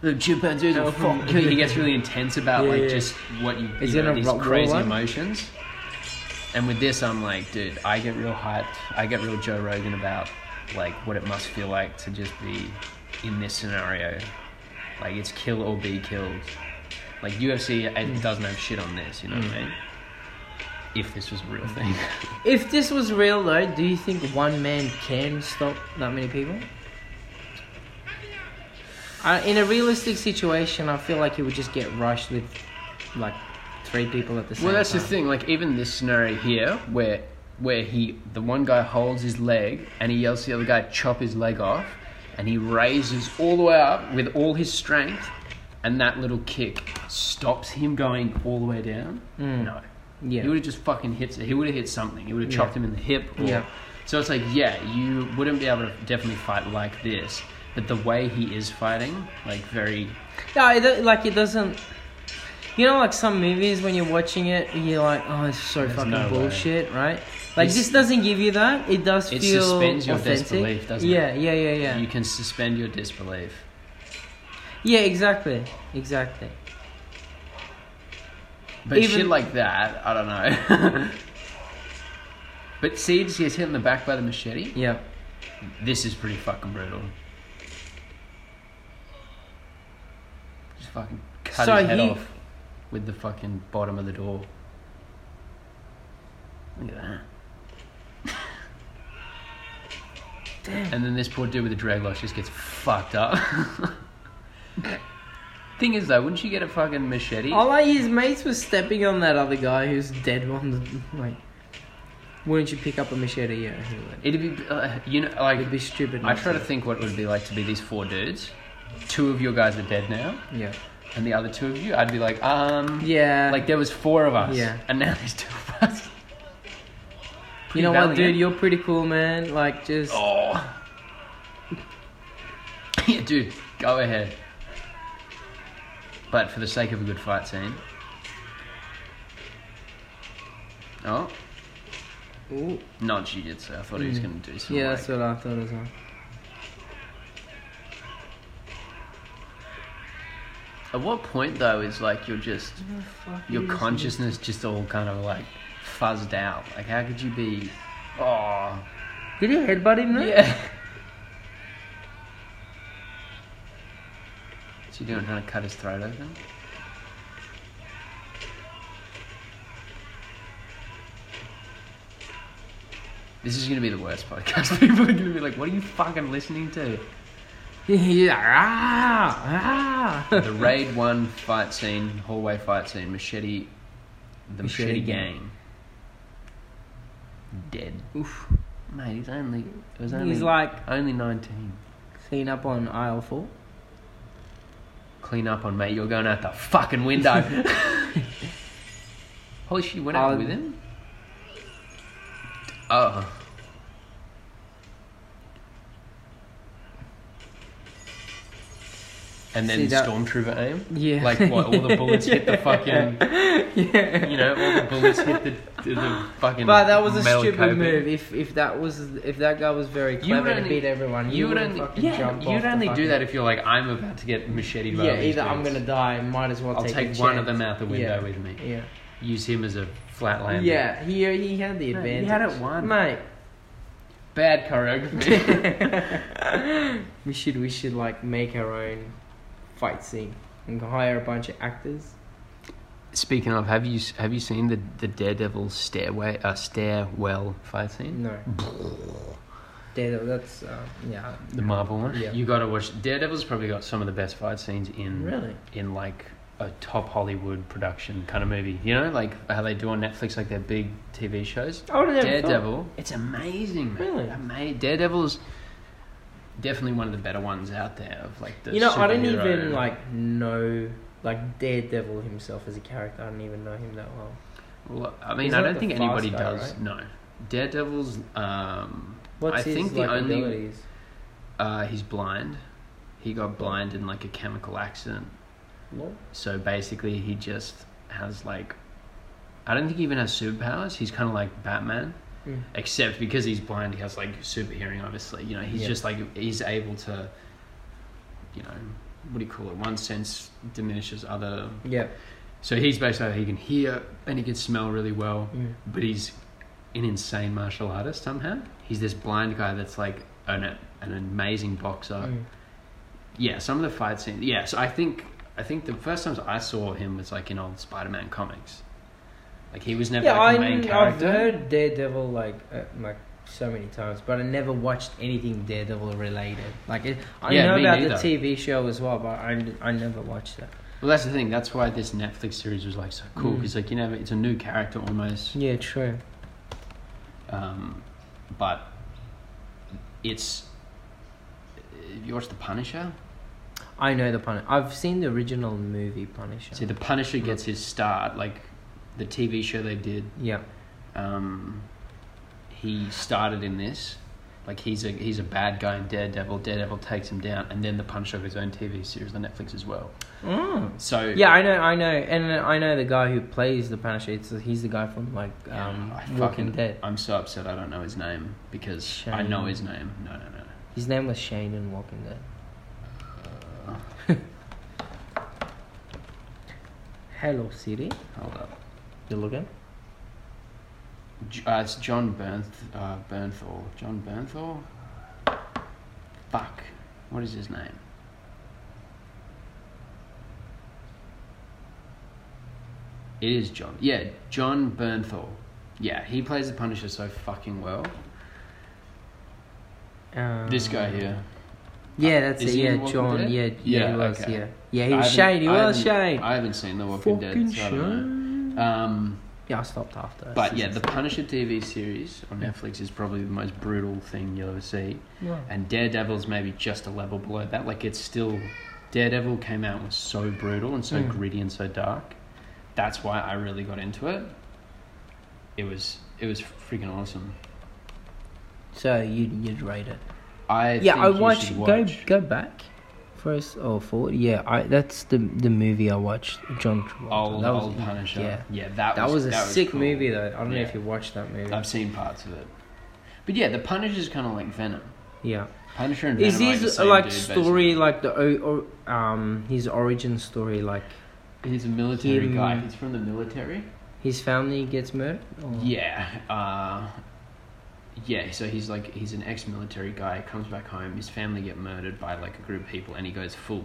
S1: the chimpanzees are
S4: Oh,
S1: fucking
S4: yeah.
S1: killing. He gets really intense about
S4: Yeah,
S1: like
S4: yeah.
S1: just what you,
S4: Is
S1: you
S4: it
S1: know,
S4: a
S1: these
S4: rock
S1: crazy
S4: roll one?
S1: emotions. And with this, I'm like, dude, I get real hyped. I get real Joe Rogan about like what it must feel like to just be in this scenario. Like it's kill or
S4: Mm.
S1: be killed. Like UFC, it doesn't have shit on this. You know what I mean?
S5: if this was a real thing.
S4: If this was real, though, do you think one man can stop that many people? I, in a realistic situation, I feel like it would just get rushed with like three people at the same
S1: Well, that's
S4: time.
S1: the thing. Like even this scenario here, where where he the one guy holds his leg and he yells to the other guy, "Chop his leg off," and he raises all the way up with all his strength, and that little kick stops him going all the way down.
S4: Mm.
S1: No,
S4: Yeah.
S1: he would have just fucking hit. He would have hit something. He would have
S4: Yeah.
S1: chopped him in the hip. Or,
S4: Yeah.
S1: So it's like, yeah, you wouldn't be able to definitely fight like this, but the way he is fighting, like very
S4: No, it, don't- like it doesn't. You know, like some movies when you're watching it, you're like, "Oh, it's so fucking
S5: no way.
S4: bullshit," right? Like
S1: It's-
S4: this doesn't give you that. It does
S1: It
S4: feel
S1: suspends your
S4: authentic.
S1: disbelief, doesn't it?
S4: yeah, yeah, yeah, yeah.
S1: you can suspend your disbelief.
S4: Yeah, exactly, exactly.
S1: But
S4: Even-
S1: shit like that, I don't know. but Siege gets hit in the back by the machete.
S4: Yeah.
S1: This is pretty fucking brutal. Just fucking cut
S4: So
S1: his head
S4: he-
S1: off with the fucking bottom of the door. Look at that. And then this poor dude with the drag loss just gets fucked up. Thing is though, wouldn't you get a fucking machete?
S4: All like his mates were stepping on that other guy who's dead on the like. Wouldn't you pick up a machete? Yeah, he would.
S1: It'd be, uh, you know, like
S4: It'd be stupid.
S1: I
S4: not
S1: try to think what it would be like to be these four dudes. Two of your guys are dead now,
S4: Yeah.
S1: and the other two of you, I'd be like, um,
S4: Yeah.
S1: like there was four of us,
S4: Yeah.
S1: and now there's two of us.
S4: you know what,
S1: Pretty
S4: dude?
S1: valiant.
S4: You're pretty cool, man. Like just.
S1: Oh, yeah, dude, go ahead. But for the sake of a good fight scene. Oh,
S4: Ooh.
S1: not jiu-jitsu. I thought he was
S4: Mm.
S1: going to do some.
S4: Yeah,
S1: like-
S4: that's what I thought as well.
S1: At what point though is like you're just your consciousness just all kind of like fuzzed out. Like how could you be? Oh,
S4: Did he headbutt him? Though?
S1: yeah. What's he doing? Trying to cut his throat open? This is gonna be the worst podcast. People are gonna be like, "What are you fucking listening to?"
S4: yeah. Ah, ah.
S1: The raid one fight scene, hallway fight scene, machete, the machete,
S4: Machete gang.
S1: gang. Dead. Oof, mate. He's only. It was only.
S4: He's like
S1: only nineteen.
S4: clean up on aisle four.
S1: Clean up on mate. You're going out the fucking window. Holy shit! you Went out
S4: Um,
S1: with him. Oh. And then
S4: See that-
S1: stormtrooper aim.
S4: Yeah.
S1: Like what? All the bullets hit the fucking.
S4: yeah.
S1: You know, all the bullets hit the, the, the fucking.
S4: But that was a
S1: metal
S4: stupid
S1: coping.
S4: move. If if that was if that guy was very
S1: You would
S4: clever to
S1: only-
S4: beat everyone,
S1: You would only,
S4: fucking
S1: yeah,
S4: jump
S1: you'd
S4: off the
S1: only do
S4: fucking-
S1: that if you're like, I'm about to get macheted by
S4: Yeah,
S1: these
S4: either I'm
S1: dudes.
S4: gonna die, might as well
S1: I'll
S4: take,
S1: take,
S4: a
S1: one
S4: chance.
S1: of them out the window
S4: Yeah.
S1: with me.
S4: Yeah,
S1: Use him as a flat lander.
S4: yeah. He he had the
S1: No,
S4: advantage.
S1: he had it won.
S4: mate.
S1: Bad choreography.
S4: we should we should like make our own fight scene and hire a bunch of actors.
S1: Speaking of, have you have you seen the the Daredevil stairway uh, stairwell fight scene?
S4: No, Daredevil. That's uh, yeah.
S1: The Marvel one.
S4: Yeah.
S1: You got to watch. Daredevil's probably got some of the best fight scenes in
S4: Really?
S1: in like a top Hollywood production kind of movie. You know, like how they do on Netflix, like their big TV shows.
S4: I would have never thought-
S1: Daredevil. It's amazing, man.
S4: Really?
S1: Amazing. Daredevil's definitely one of the better ones out there. Of like the
S4: you know, I don't
S1: superhero-
S4: even like know like Daredevil himself as a character. I don't even know him that well.
S1: Well, I mean,
S4: He's
S1: I
S4: not
S1: don't
S4: the
S1: think
S4: fast
S1: anybody
S4: guy,
S1: does.
S4: right?
S1: No, Daredevil's. Um,
S4: What's
S1: I
S4: his
S1: think the
S4: like,
S1: only-
S4: abilities?
S1: uh, he's blind. He got blind in like a chemical accident.
S4: What?
S1: So basically, he just has like. I don't think he even has superpowers. He's kind of like Batman,
S4: Mm.
S1: except because he's blind, he has like super hearing. Obviously, you know, he's
S4: Yeah.
S1: just like he's able to. You know, what do you call it? One sense diminishes other.
S4: Yeah.
S1: So he's basically he can hear and he can smell really well,
S4: Mm.
S1: but he's an insane martial artist somehow. He's this blind guy that's like an an amazing boxer
S4: Mm.
S1: yeah, some of the fight scenes. Yeah, so I think I think the first times I saw him was like in old Spider-Man comics, Like he was never
S4: Yeah,
S1: like, a
S4: I,
S1: main
S4: I've
S1: character.
S4: heard Daredevil like uh, like so many times, but I never watched anything Daredevil related. Like it, I
S1: Yeah,
S4: know
S1: me
S4: about
S1: neither.
S4: the TV show as well, but I, I never watched that.
S1: Well, that's the thing. That's why this Netflix series was like so cool
S4: Mm.
S1: because like you know it's a new character almost,
S4: Yeah, true.
S1: um, but it's. Have you watched The Punisher?
S4: I know the Punisher. I've seen the original movie Punisher.
S1: See, The Punisher gets his start like the TV show they did.
S4: yeah,
S1: Um, he started in this. Like he's a he's a bad guy in Daredevil. Daredevil takes him down, and then the Punisher of his own TV series on Netflix as well. So
S4: yeah, I know, I know, and I know the guy who plays the Punisher. It's, he's the guy from like
S1: Yeah,
S4: um,
S1: I
S4: Walking Dead.
S1: I'm so upset I don't know his name because I know
S4: Shame.
S1: his name. No, no, no. no.
S4: His name was Shane in Walking Dead. Hello City.
S1: Hold up.
S4: You looking?
S1: J- Uh, it's John Bernth, uh, Bernthal. John Bernthal? Fuck. What is his name? It is John. Yeah, John Bernthal. Yeah, he plays the Punisher so fucking well.
S4: Um,
S1: This guy here.
S4: Yeah, that's
S1: Is
S4: it.
S1: he in
S4: Yeah,
S1: Walking
S4: John.
S1: Dead?
S4: Yeah, yeah,
S1: Yeah,
S4: he was.
S1: okay.
S4: Yeah, yeah, he
S1: I
S4: was
S1: haven't-
S4: Shane. He
S1: I
S4: was
S1: haven't-
S4: Shane.
S1: I haven't seen The Walking Dead, so I don't know. Um,
S4: Yeah, I stopped after.
S1: But yeah, the
S4: season
S1: Punisher TV series on Netflix is probably the most brutal thing you'll ever see. And Daredevil's maybe just a level below that. Like it's still Daredevil came out and was so brutal and so
S4: Mm.
S1: gritty and so dark. That's why I really got into it. It was it was freaking awesome.
S4: six. So you'd you'd rate it?
S1: I
S4: yeah,
S1: think
S4: I
S1: you should
S4: watched. Go
S1: watch-
S4: go back. First or forward, yeah, I that's the the movie I watched, John Travolta.
S1: old
S4: that was,
S1: old Punisher.
S4: Yeah,
S1: Yeah, that,
S4: that was a sick
S1: cool.
S4: movie though. I don't know
S1: Yeah.
S4: if you watched that movie.
S1: I've seen parts of it, but yeah, the Punisher's kind of like Venom.
S4: yeah,
S1: Punisher and Venom
S4: is
S1: are, like, the
S4: his
S1: same
S4: like
S1: dude,
S4: story like the o- o- um his origin story like
S1: basically. He's a military
S4: him-
S1: guy. He's from the military.
S4: his family gets murdered? Or?
S1: Yeah. Uh, yeah, so he's like he's an ex-military guy. Comes back home. His family get murdered by like a group of people, and he goes full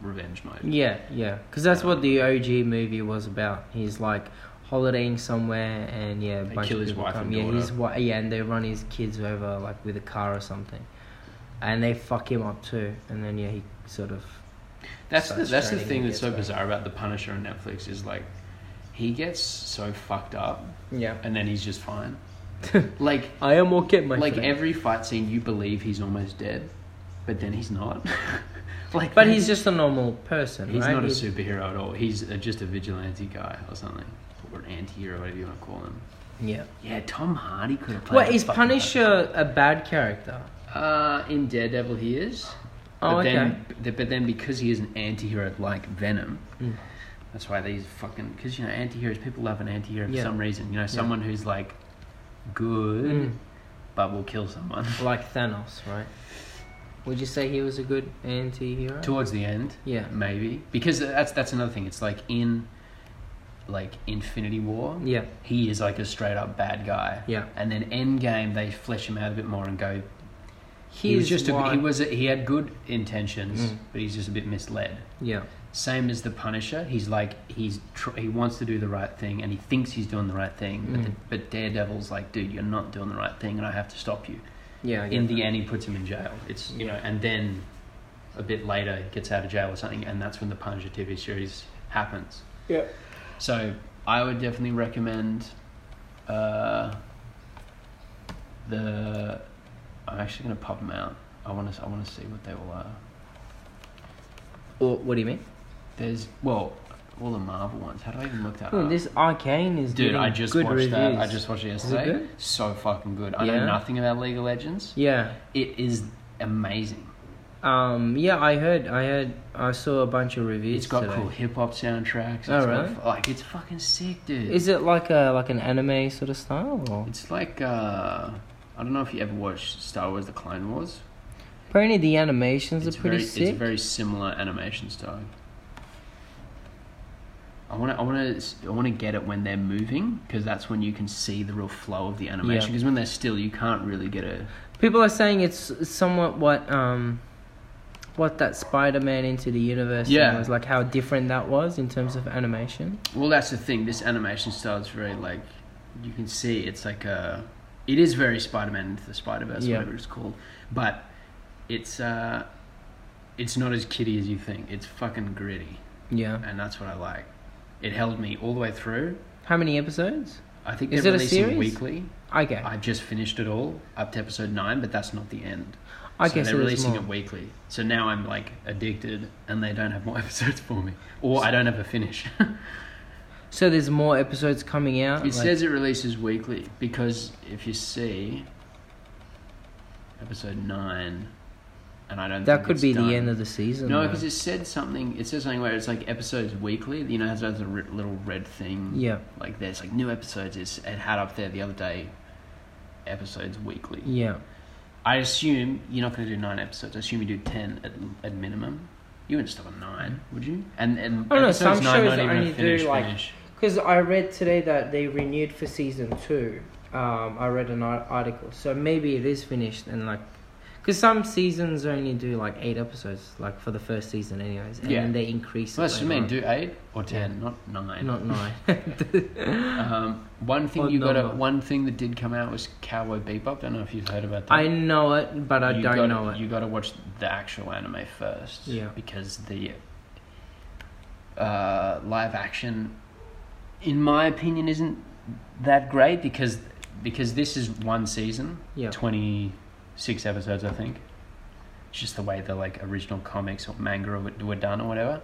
S1: revenge mode.
S4: Yeah, yeah, because that's what the OG movie was about. He's like holidaying somewhere, and yeah, a
S1: They
S4: bunch
S1: kill
S4: of
S1: his
S4: people
S1: wife
S4: come.
S1: and
S4: yeah,
S1: daughter.
S4: his wife. Yeah, and they run his kids over like with a car or something, and they fuck him up too. And then yeah, he sort of
S1: That's the,
S4: Starts
S1: that's the
S4: training
S1: thing
S4: and
S1: that's so
S4: gets back.
S1: bizarre about the Punisher on Netflix is like he gets so fucked up,
S4: yeah.
S1: and then he's just fine. like
S4: I am okay, my
S1: like
S4: friend.
S1: every fight scene, you believe he's almost dead, but then he's not. like,
S4: but he's just a normal person.
S1: He's
S4: right?
S1: not a
S4: He-
S1: superhero at all. He's uh just a vigilante guy or something, or an anti-hero, whatever you want to call him.
S4: Yeah.
S1: Yeah, Tom Hardy could have played.
S4: Well,
S1: the
S4: is
S1: fucking
S4: Punisher a bad character?
S1: Uh, in Daredevil, he is.
S4: Oh,
S1: but Then, th- but then, because he is an anti-hero like Venom,
S4: Mm.
S1: that's why these fucking because you know anti-heroes people love an anti-hero for
S4: Yeah.
S1: some reason. You know, someone who's like good
S4: Mm.
S1: but will kill someone
S4: Like Thanos, right? Would you say he was a good anti-hero?
S1: towards the end.
S4: Yeah.
S1: maybe because that's that's another thing. It's like in like Infinity War.
S4: Yeah.
S1: he is like a straight up bad guy.
S4: Yeah.
S1: And then Endgame, they flesh him out a bit more and go. He was
S4: Here's
S1: just a,
S4: why-
S1: he was a, he had good intentions,
S4: Mm.
S1: but he's just a bit misled.
S4: Yeah.
S1: Same as the Punisher, he's like he's tr- he wants to do the right thing and he thinks he's doing the right thing, but, the, but Daredevil's like, dude, you're not doing the right thing, and I have to stop you.
S4: Yeah. I get
S1: In
S4: that.
S1: the end, he puts him in jail. It's you know, and then a bit later, he gets out of jail or something, and that's when the Punisher TV series happens.
S4: Yeah.
S1: So I would definitely recommend uh, the. I'm actually gonna pop them out. I want to. I want to see what they all are.
S4: Or what do you mean?
S1: There's well, all the Marvel ones. How do I even look that
S4: Oh,
S1: up?
S4: this Arcane is
S1: Uh, Dude,
S4: getting
S1: I just
S4: good
S1: watched
S4: reviews.
S1: that. I just watched it yesterday.
S4: good?
S1: So fucking good. I
S4: Yeah.
S1: know nothing about League of Legends.
S4: yeah,
S1: It is amazing.
S4: um, yeah. I heard, I heard, I saw a bunch of reviews.
S1: It's got
S4: today.
S1: cool hip hop soundtracks. It's
S4: Oh,
S1: got
S4: really?
S1: f- like it's fucking sick, dude.
S4: Is it like a like an anime sort of style? Or?
S1: it's like uh, I don't know if you ever watched Star Wars: The Clone Wars.
S4: Apparently, the animations are pretty
S1: very,
S4: sick.
S1: It's very similar animation style. I want to, I want to, I want to get it when they're moving because that's when you can see the real flow of the animation.
S4: Yeah.
S1: Because when they're still, you can't really get a.
S4: People are saying it's somewhat what um, what that Spider-Man into the universe
S1: Yeah.
S4: thing was like, how different that was in terms of animation.
S1: Well, that's the thing. This animation style is very like you can see it's like a it is very Spider-Man into the Spider-Verse,
S4: Yeah.
S1: whatever it's called. But it's uh it's not as kiddie as you think. It's fucking gritty,
S4: Yeah.
S1: and that's what I like. It held me all the way through.
S4: How many episodes?
S1: I think
S4: Is
S1: they're
S4: it a
S1: releasing
S4: series?
S1: weekly.
S4: I guess.
S1: I just finished it all up to episode nine, but that's not the end.
S4: I
S1: so
S4: guess
S1: they're
S4: it was
S1: releasing
S4: more.
S1: it weekly. So now I'm like addicted, and they don't have more episodes for me, or I don't have a finish.
S4: So there's more episodes coming out.
S1: It
S4: like-
S1: says it releases weekly because if you see episode nine, and I don't
S4: that
S1: think
S4: could
S1: it's
S4: be
S1: done.
S4: the end of the season.
S1: No,
S4: though.
S1: because it said something. It says something where it's like episodes weekly. You know, it has a re- little red thing.
S4: yeah,
S1: Like there's like new episodes. It's, it had up there the other day. Episodes weekly.
S4: yeah.
S1: I assume you're not going to do nine episodes. I assume you do ten at, at minimum. You wouldn't stop at nine, would you? And and
S4: I don't know,
S1: episodes
S4: some
S1: nine
S4: shows
S1: not even a
S4: only do,
S1: finish
S4: like-
S1: finish.
S4: Because I read today that they renewed for season two. Um, I read an ar- article, so maybe it is finished and like, because some seasons only do like eight episodes, like for the first season, anyways, and
S1: Yeah.
S4: then they increase.
S1: So
S4: it
S1: that's what I mean.
S4: later on.
S1: Do eight or ten, not nine.
S4: not nine.
S1: Um, one thing
S4: Odd
S1: you got. to
S4: number.
S1: One thing that did come out was Cowboy Bebop. Don't know if you've heard about that.
S4: I know it, but I
S1: You
S4: don't
S1: gotta-
S4: know it.
S1: You got to watch the actual anime first.
S4: Yeah.
S1: Because the uh, live action, in my opinion, isn't that great because because this is one season,
S4: Yeah.
S1: twenty six episodes, I think. It's just the way the like original comics or manga were, were done or whatever,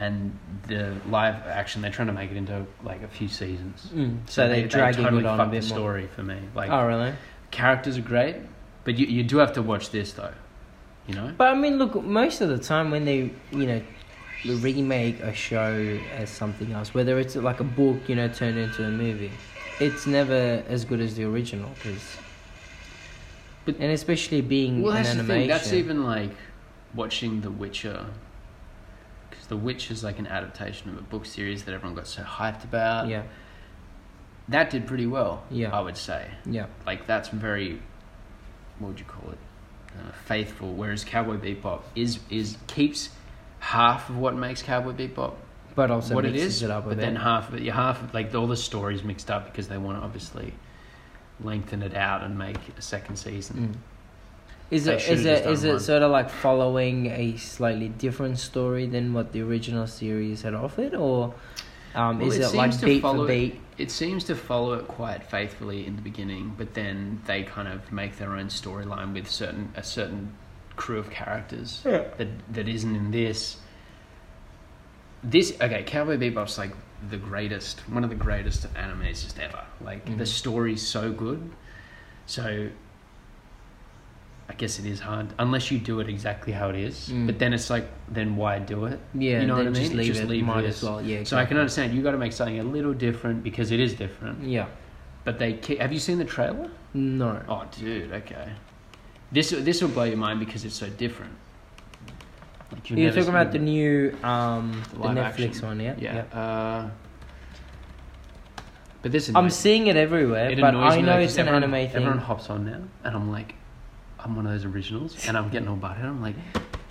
S1: and the live action they're trying to make it into like a few seasons.
S4: Mm, so, they're dragging
S1: totally
S4: it on a
S1: fucked
S4: bit
S1: the
S4: more.
S1: story for me. Like
S4: Oh really?
S1: characters are great, but you, you do have to watch this though. You know?
S4: But I mean, look, most of the time when they, you know, remake a show as something else, whether it's like a book, you know, turned into a movie, it's never as good as the original. Cause,
S1: But-
S4: and especially being
S1: Well,
S4: an
S1: that's the
S4: Mm, animation.
S1: thing. That's even like watching The Witcher, because The Witcher's like an adaptation of a book series that everyone got so hyped about.
S4: yeah,
S1: That did pretty well.
S4: Yeah.
S1: I would say.
S4: yeah,
S1: Like that's very, what would you call it? Uh, faithful. Whereas Cowboy Bebop is is keeps half of what makes Cowboy Bebop
S4: but also
S1: what it
S4: mixes it,
S1: is,
S4: up a
S1: but
S4: bit.
S1: then half of it, yeah, half of, like all the stories mixed up because they want to obviously lengthen it out and make a second season.
S4: Mm. Is
S1: They
S4: it
S1: should've
S4: is
S1: just
S4: it
S1: done
S4: is it
S1: one.
S4: sort of like following a slightly different story than what the original series had offered, or um,
S1: Well,
S4: is
S1: it
S4: it, like
S1: seems to
S4: beat
S1: follow
S4: for
S1: it-
S4: beat?
S1: It seems to follow it quite faithfully in the beginning, but then they kind of make their own storyline with certain a certain crew of characters
S4: Yeah.
S1: that that isn't in this. This okay, Cowboy Bebop's like the greatest, one of the greatest animes just ever. Like the
S4: Mhm.
S1: story's so good, so I guess it is hard unless you do it exactly how it is.
S4: Mm.
S1: But then it's like, then why do it?
S4: Yeah,
S1: you know what
S4: then
S1: I mean.
S4: Just leave
S1: just
S4: it.
S1: leave
S4: might
S1: this.
S4: as well. Yeah.
S1: So I can
S4: exactly. Mm.
S1: understand you got to make something a little different because it is different.
S4: Yeah.
S1: But they ki- have you seen the trailer?
S4: No.
S1: Oh, dude, okay. This this will blow your mind because it's so different. Like
S4: You're talking about the new um the
S1: Live
S4: Netflix
S1: action.
S4: one, yeah?
S1: yeah. Uh, but this
S4: I'm
S1: annoys-
S4: seeing it everywhere,
S1: it
S4: but
S1: annoys
S4: I
S1: me,
S4: know
S1: though,
S4: it's
S1: 'cause
S4: an
S1: everyone,
S4: anime thing.
S1: Everyone hops on now, and I'm like, I'm one of those originals, and I'm getting all butted. I'm like,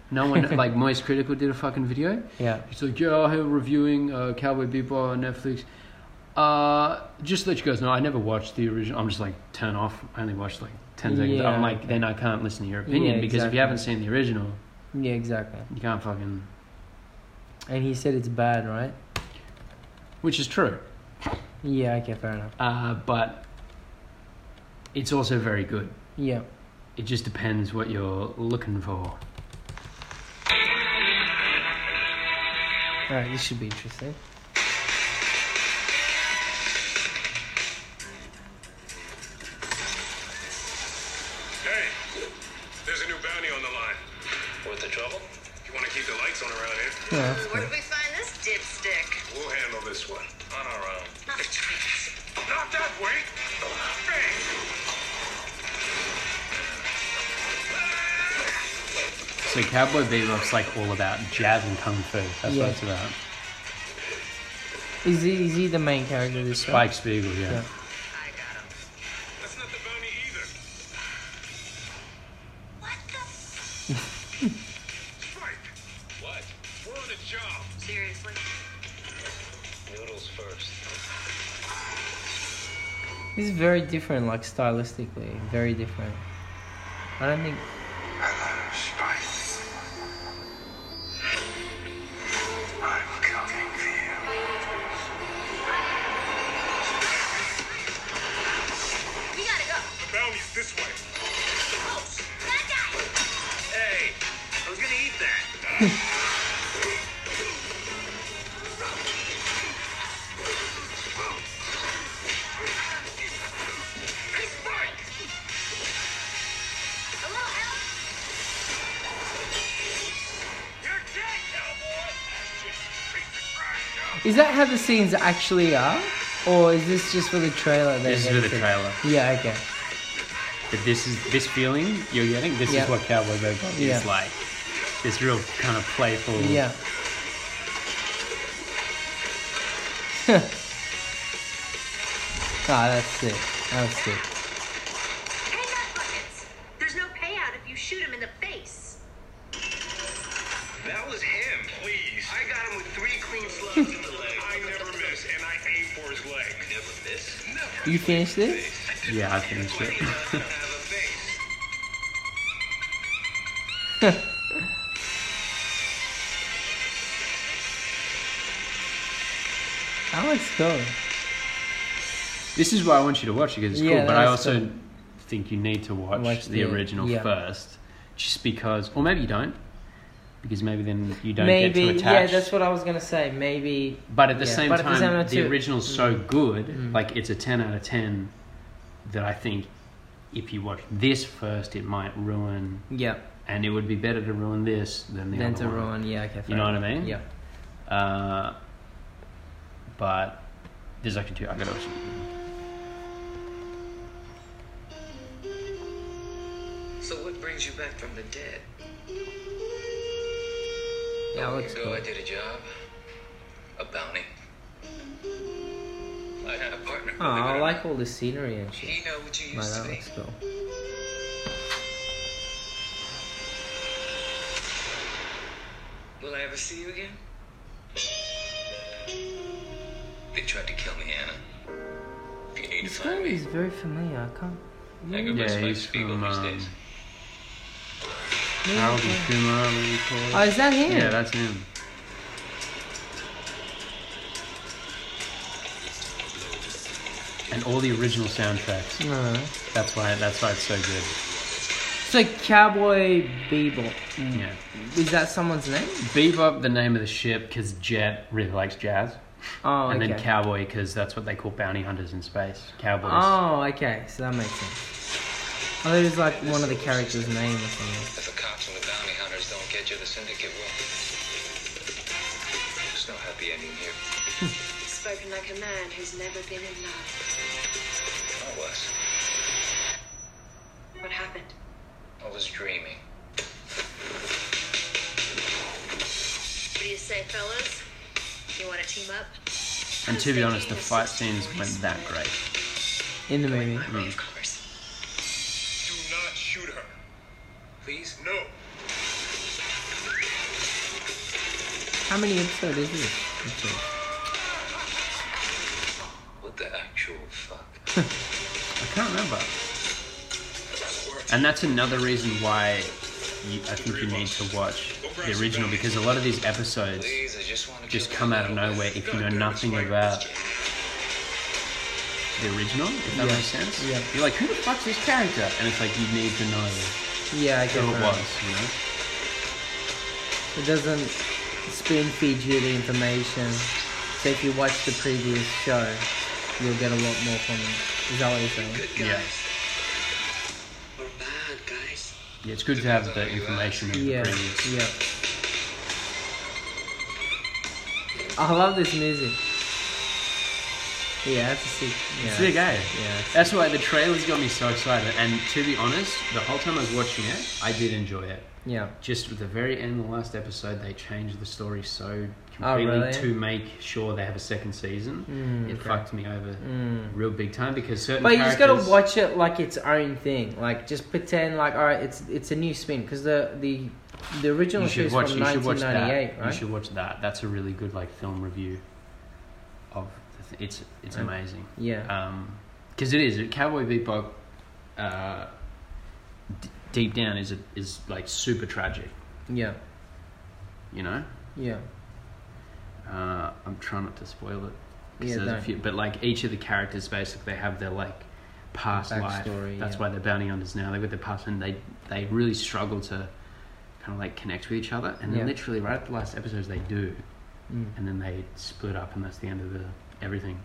S1: no one like Moist Critical did a fucking video.
S4: Yeah.
S1: He's like, yeah, I'm here reviewing uh, Cowboy Bebop on Netflix. Uh, just to let you guys know, I never watched the original. I'm just like, turn off. I only watched like 10 seconds.
S4: Yeah,
S1: I'm like, then I can't listen to your opinion
S4: Yeah,
S1: because if
S4: exactly.
S1: you haven't seen the original,
S4: Yeah, exactly.
S1: you can't fucking.
S4: And he said it's bad, right?
S1: Which is true.
S4: Yeah, okay, fair enough.
S1: Uh, but it's also very good.
S4: Yeah.
S1: It just depends what you're looking for.
S4: Alright, this should be interesting.
S6: Hey, there's a new bounty on the line. What's the trouble? You want to keep the lights on around here?
S4: Yeah, that's
S7: Where
S4: good.
S7: did we find this dipstick?
S6: We'll handle this one on our own.
S7: Not the
S6: Not that way! Bang!
S1: So Cowboy Bebop's like all about jazz and kung fu. That's
S4: Yeah.
S1: what it's about.
S4: Is he is he the main character of this show?
S1: Spike Spiegel, yeah.
S4: Yeah.
S7: I got him.
S6: That's not the bounty either.
S7: What the?
S6: Spike,
S4: This is very different, like stylistically, very different. I don't think.
S6: Spice. I'm cooking for you.
S7: We gotta go.
S6: The bounty's this way.
S7: Oh, that guy!
S6: Hey, I was gonna eat that.
S7: He's fine! A little help?
S6: You're dead, cowboy. That's just piece of trash, yo.
S4: Is that how the scenes actually are, or is this just for the trailer? they
S1: This is for the
S4: edited?
S1: trailer.
S4: Yeah. Okay.
S1: But this is this feeling you're getting. This
S4: Yeah.
S1: is what Cowboy Bebop
S4: Yeah.
S1: is like. This real kind of playful.
S4: Yeah. ah, that's sick. That's sick.
S7: Hang up buckets! There's no payout if you shoot him in the face.
S6: That was him. Please. I got him with three clean slugs in the leg. I never miss, and I aim for his leg. Never miss? Never.
S4: You finished this?
S1: Yeah, I finished it.
S6: have a face.
S4: How it's going?
S1: This is why I want you to watch it because it's
S4: Yeah,
S1: cool. But I
S4: that's
S1: also
S4: cool.
S1: think you need to watch,
S4: Watch
S1: the,
S4: the-
S1: original
S4: yeah.
S1: first, just because, or maybe you don't, because maybe then you don't
S4: Maybe.
S1: get to
S4: Yeah,
S1: attach.
S4: that's what I was gonna say. Maybe.
S1: but at the
S4: yeah.
S1: same
S4: But at the
S1: time,
S4: same time,
S1: the,
S4: too- mm.
S1: original's so good, like it's a ten out of ten. That I think, if you watch this first, it might ruin,
S4: Yeah.
S1: and it would be better to ruin this than the
S4: Then
S1: other
S4: to
S1: one.
S4: ruin. Yeah. Okay. fair
S1: You know what
S4: enough.
S1: I mean?
S4: Yeah.
S1: Uh, but there's actually two. I got it.
S3: So what brings you back from the dead?
S4: Yeah. it Looks
S3: So
S4: cool.
S3: I did a job, a bounty. I had a partner.
S4: Oh, I like all the scenery and shit.
S3: He know what you
S4: Like
S3: used
S4: that
S3: to be.
S4: looks cool.
S3: Will I ever see you again? They tried to kill me, Anna. If you need to
S4: This guy
S3: find me,
S4: is very familiar. I can't.
S3: I go
S1: Yeah,
S3: best by
S1: he's
S3: Spiegel
S1: from,
S3: these
S1: um,
S3: days.
S1: Harold and Kumar, what do you call it?
S4: Oh, is that him?
S1: Yeah, that's him. And all the original soundtracks.
S4: No.
S1: That's why. That's why it's so good.
S4: So Cowboy Bebop.
S1: Yeah.
S4: Is that someone's name?
S1: Bebop, the name of the ship, because Jet really likes jazz,
S4: Oh,
S1: and
S4: okay.
S1: then Cowboy, because that's what they call bounty hunters in space. Cowboys.
S4: Oh, okay. So that makes sense. I thought it was like one of the characters' name or something.
S3: If the cops and the bounty hunters don't get you, the syndicate will. There's no happy ending here.
S7: Spoken like a man who's never been in love.
S3: I was.
S7: What happened?
S3: I was dreaming.
S7: What do you say, fellas? You wanna team up?
S1: And to be honest, the fight scenes weren't that great.
S4: In the movie.
S7: Of course.
S6: Do not shoot her.
S3: Please?
S6: No.
S4: How many episodes is this? Actually?
S3: What the actual fuck?
S1: I can't remember. And that's another reason why you, I think you need to watch the original because a lot of these episodes
S3: Please, I just want to
S1: just come out of nowhere if you know nothing about the original, if that
S4: Yeah,
S1: makes sense.
S4: yeah.
S1: You're like, who the fuck's this character? And it's like, you need to know
S4: Yeah, I get
S1: who it
S4: it.
S1: was, you know?
S4: It doesn't spoon feed you the information. So if you watch the previous show, you'll get a lot more from it. Is that what you're saying?
S1: Yeah.
S3: We're bad, guys.
S1: Yeah, it's good to have the information of the
S4: Yeah,
S1: previous.
S4: yeah. Oh, I love this music. Yeah, that's a sick. Yeah,
S1: Sick, eh?
S4: Yeah.
S1: That's why the trailers got me so excited. And to be honest, the whole time I was watching it, I did enjoy it.
S4: Yeah.
S1: Just at the very end, the last episode, they changed the story so
S4: Oh,
S1: completely
S4: really?
S1: to make sure they have a second season.
S4: Mm,
S1: it
S4: okay. Mm.
S1: fucked me over real big time because certain.
S4: But you just gotta
S1: characters-
S4: watch it like its own thing. Like just pretend like all right, it's it's a new spin because the the the original
S1: You
S4: show
S1: should
S4: is
S1: watch.
S4: from
S1: You should watch that.
S4: 1998,
S1: You
S4: right?
S1: should watch that. That's a really good like film review. Of the th- it's it's
S4: Mm.
S1: amazing.
S4: Yeah.
S1: Um, Because it is Cowboy Bebop. Uh, d- deep down, is a, is like super tragic.
S4: Yeah.
S1: You know,
S4: Yeah.
S1: uh, I'm trying not to spoil it. 'cause
S4: Yeah,
S1: there's a
S4: don't.
S1: few, but like each of the characters, basically, they have their like past life.
S4: Backstory,
S1: That's
S4: yeah.
S1: why they're bounty hunters now. They've got their past, and they they really struggle to kind of like connect with each other. And then
S4: Yeah.
S1: literally right at the last episodes, they do.
S4: Mm.
S1: and then they split up, and that's the end of the everything.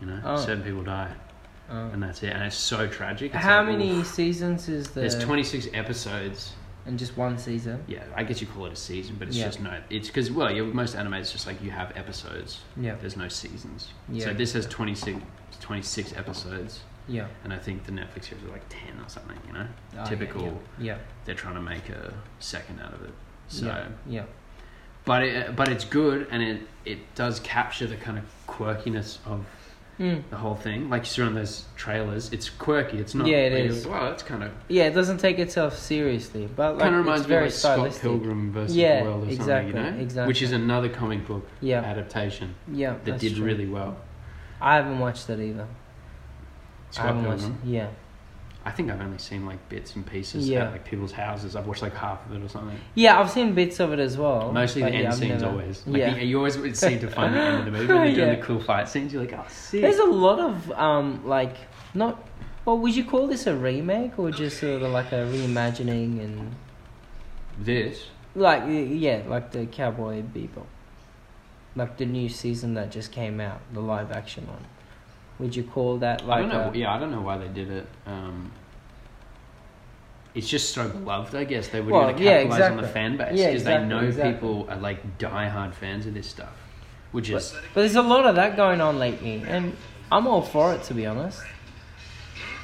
S1: You know,
S4: Oh.
S1: seven people die,
S4: Oh.
S1: and that's it. And it's so tragic. It's
S4: How
S1: like,
S4: many
S1: oof.
S4: seasons is the?
S1: There's 26 episodes.
S4: And just one season.
S1: Yeah, I guess you call it a season, but it's
S4: Yeah.
S1: just no. It's because well, yeah, with most anime, it's just like you have episodes.
S4: Yeah.
S1: There's no seasons.
S4: Yeah.
S1: So this has 26, 26 episodes,
S4: Yeah.
S1: and I think the Netflix series are like 10 or something. You know,
S4: Oh, yeah,
S1: typical.
S4: Yeah.
S1: They're trying to make a second out of it. So.
S4: Yeah. Yeah.
S1: But it, but it's good and it, it does capture the kind of quirkiness of
S4: Mm.
S1: the whole thing. Like you see on those trailers, it's quirky. It's not.
S4: Yeah, it
S1: like,
S4: is.
S1: Wow, that's kind of
S4: Yeah, it doesn't take itself seriously, but like
S1: kind of reminds
S4: it's
S1: me of
S4: very
S1: like Scott
S4: stylistic.
S1: Pilgrim versus
S4: Yeah,
S1: the World or
S4: exactly,
S1: something, you know,
S4: exactly.
S1: which is another comic book
S4: Yeah.
S1: adaptation
S4: Yeah,
S1: that
S4: that's
S1: did
S4: true.
S1: really well.
S4: I haven't watched that either. I
S1: Scott
S4: haven't watched.
S1: Pilgrim.
S4: Yeah.
S1: I think I've only seen like bits and pieces
S4: Yeah.
S1: at like people's houses. I've watched like half of it or something.
S4: Yeah, I've seen bits of it as well.
S1: Mostly the
S4: Oh, but
S1: end
S4: yeah, I've
S1: scenes
S4: never-
S1: always. Like
S4: yeah.
S1: you, you always would seem to find the end of the movie when they're doing
S4: Yeah.
S1: the cool fight scenes. You're like, oh, sick.
S4: There's a lot of um like not well would you call this a remake or just sort of like a reimagining and
S1: this.
S4: like y- yeah like the Cowboy Bebop like the new season that just came out the live action one would you call that
S1: I
S4: like
S1: don't know.
S4: a,
S1: yeah, I don't know why they did it. Um, it's just so beloved, I guess. They would
S4: Well,
S1: want to
S4: yeah,
S1: capitalize on the
S4: exactly.
S1: fan base because
S4: Yeah,
S1: they
S4: exactly,
S1: know
S4: exactly.
S1: people are like diehard fans of this stuff, which is
S4: but there's a lot of that going on lately and I'm all for it to be honest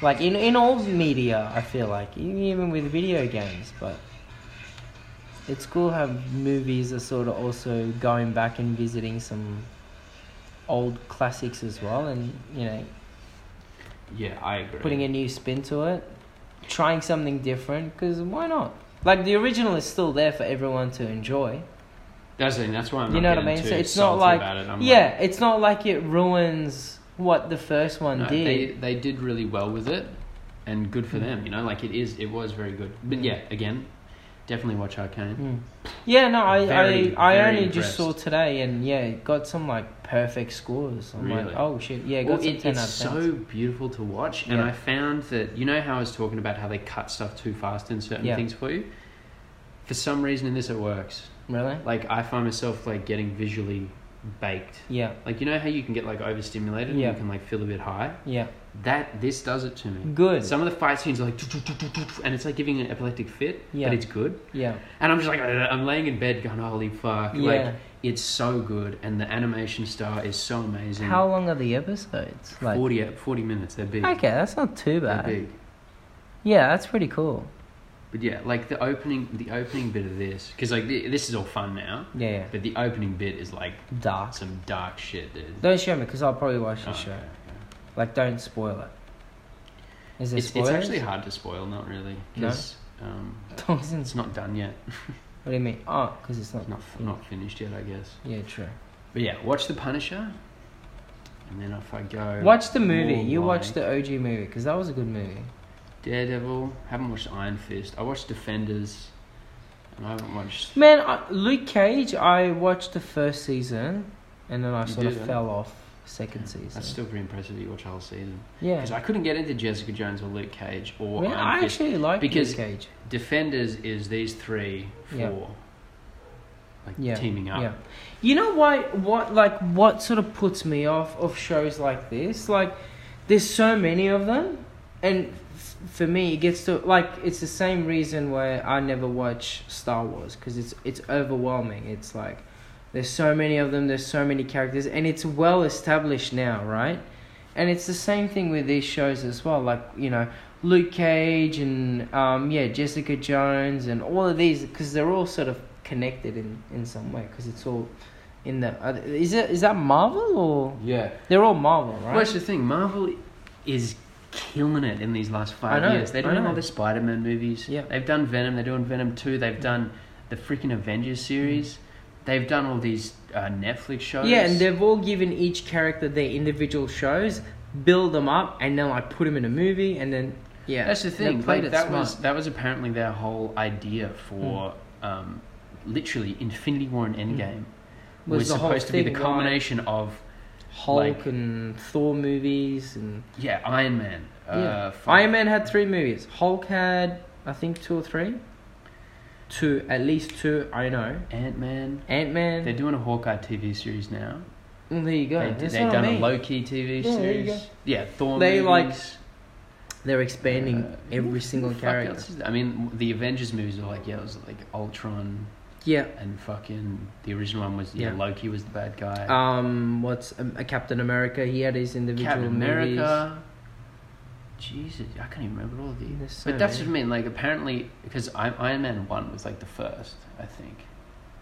S4: like in in all media I feel like e- even with video games but it's cool how movies are sort of also going back and visiting some old classics as well and you know
S1: yeah, I agree.
S4: putting a new spin to it trying something different because why not like the original is still there for everyone to enjoy
S1: that's the thing. That's why I'm
S4: you
S1: not
S4: know what i
S1: getting
S4: mean
S1: too
S4: so it's not
S1: salty
S4: like
S1: about it. I'm
S4: yeah it's not like it ruins what the first one
S1: like, no, they
S4: did Hmm.
S1: they did really well with it, and good for them. You know, like it is it was very good. But
S4: Mm.
S1: yeah, again, definitely watch Arcane.
S4: Mm. yeah no i
S1: Very,
S4: i, I
S1: very
S4: only just saw
S1: impressed.
S4: today and yeah it got some like perfect scores i'm
S1: Really?
S4: like oh shit yeah it got
S1: Well,
S4: some
S1: it-
S4: 10
S1: it's
S4: out of
S1: so beautiful to watch, and
S4: Yeah.
S1: I found that you know how I was talking about how they cut stuff too fast in certain
S4: Yeah.
S1: things for you. For some reason, in this, it works.
S4: 10 really
S1: Like I find myself like getting visually baked.
S4: yeah
S1: Like you know how you can get like overstimulated,
S4: Yeah.
S1: and you can like feel a bit high.
S4: yeah
S1: That this does it to me.
S4: Good.
S1: Some of the fight scenes are like, and it's like giving an epileptic fit,
S4: Yeah.
S1: but it's good.
S4: yeah
S1: And I'm just like, I'm laying in bed going, holy fuck!
S4: Yeah.
S1: Like it's so good, and the animation style is so amazing.
S4: how long are the episodes like
S1: 40, 40 minutes? They're big.
S4: okay that's not too
S1: They're
S4: bad
S1: big.
S4: yeah that's pretty cool
S1: But yeah, like the opening, the opening bit of this, because like th- this is all fun now,
S4: yeah, yeah.
S1: but the opening bit is like
S4: dark
S1: some dark shit, dude.
S4: Don't show me because I'll probably watch the
S1: Oh,
S4: show.
S1: okay, okay.
S4: Like, don't spoil it. Is it
S1: It's, it's
S4: spoilers?
S1: actually hard to spoil, not really, because um,
S4: Don't- isn't
S1: it's
S4: it-
S1: not done yet.
S4: What do you mean? Oh, because it's not.
S1: It's not not finished yet, I guess.
S4: Yeah, true.
S1: But yeah, watch The Punisher, and then if I go
S4: Watch the movie.
S1: more
S4: You watch
S1: like
S4: the OG movie because that was a good movie.
S1: Daredevil. Haven't watched Iron Fist. I watched Defenders, and I haven't watched.
S4: Man, I, Luke Cage. I watched the first season, and then I
S1: You
S4: sort of
S1: did, eh?
S4: fell off second season.
S1: That's still pretty impressive. that You watch the whole season
S4: yeah.
S1: because I couldn't get into Jessica Jones or Luke Cage or
S4: Man,
S1: Iron
S4: I
S1: Fist.
S4: actually like
S1: because-
S4: Luke Cage.
S1: Defenders is these three, four,
S4: Yeah.
S1: like
S4: Yeah,
S1: teaming up.
S4: Yeah. You know why what like what sort of puts me off of shows like this? Like there's so many of them and f- for me it gets to like it's the same reason why I never watch Star Wars cuz it's it's overwhelming. It's like there's so many of them, there's so many characters and it's well established now, right? And it's the same thing with these shows as well. Like, you know, Luke Cage and um, yeah, Jessica Jones and all of these because they're all sort of connected in, in some way because it's all in the uh, is it is that Marvel or
S1: Yeah.
S4: they're all Marvel right?
S1: Well, that's the thing. Marvel is killing it in these last five
S4: I know,
S1: years. They're
S4: I
S1: doing
S4: know.
S1: all the Spider-Man movies.
S4: Yeah.
S1: They've done Venom. They're doing Venom Two. They've done the freaking
S4: Mm.
S1: Avengers series. They've done all these uh, Netflix shows.
S4: yeah, and they've all given each character their individual shows. build them up, and then like put them in a movie, and then yeah,
S8: That's the
S4: they
S8: thing.
S4: played
S8: Like,
S4: it
S8: that
S4: smart.
S8: was that was apparently
S1: apparently their whole idea for
S4: Mm.
S1: um, literally Infinity War and Endgame
S4: Was
S1: was,
S4: the whole
S1: supposed to be the
S4: thing, right?
S1: culmination of
S4: Hulk
S1: like-
S4: and Thor movies and
S1: yeah Iron Man.
S4: yeah.
S1: Uh, fuck.
S4: Iron Man had three movies. Hulk had I think two or three. Two, at least two. I know.
S1: Ant Man.
S4: Ant
S1: They're
S4: Man.
S1: doing a Hawkeye TV series now.
S4: Well, there you go.
S1: They,
S4: That's
S1: they
S4: what
S1: done
S4: I mean.
S1: a Loki TV
S4: Yeah, there you
S1: series.
S4: go.
S1: Yeah, Thor.
S4: They, like,
S1: movies.
S4: They're expanding
S1: Uh, who
S4: every
S1: the
S4: single
S1: fuck
S4: character.
S1: else is there? I mean, the Avengers movies were like yeah, it was like Ultron
S4: Yeah.
S1: and fucking the original one was yeah,
S4: Yeah.
S1: Loki was the bad guy.
S4: Um, what's um, uh, Captain America? He had his individual
S1: Captain
S4: movies.
S1: America. Jesus, I can't even remember all of these.
S4: There's so
S1: but that's what
S4: many.
S1: I mean. Like apparently, because I- Iron Man one was like the first, I think.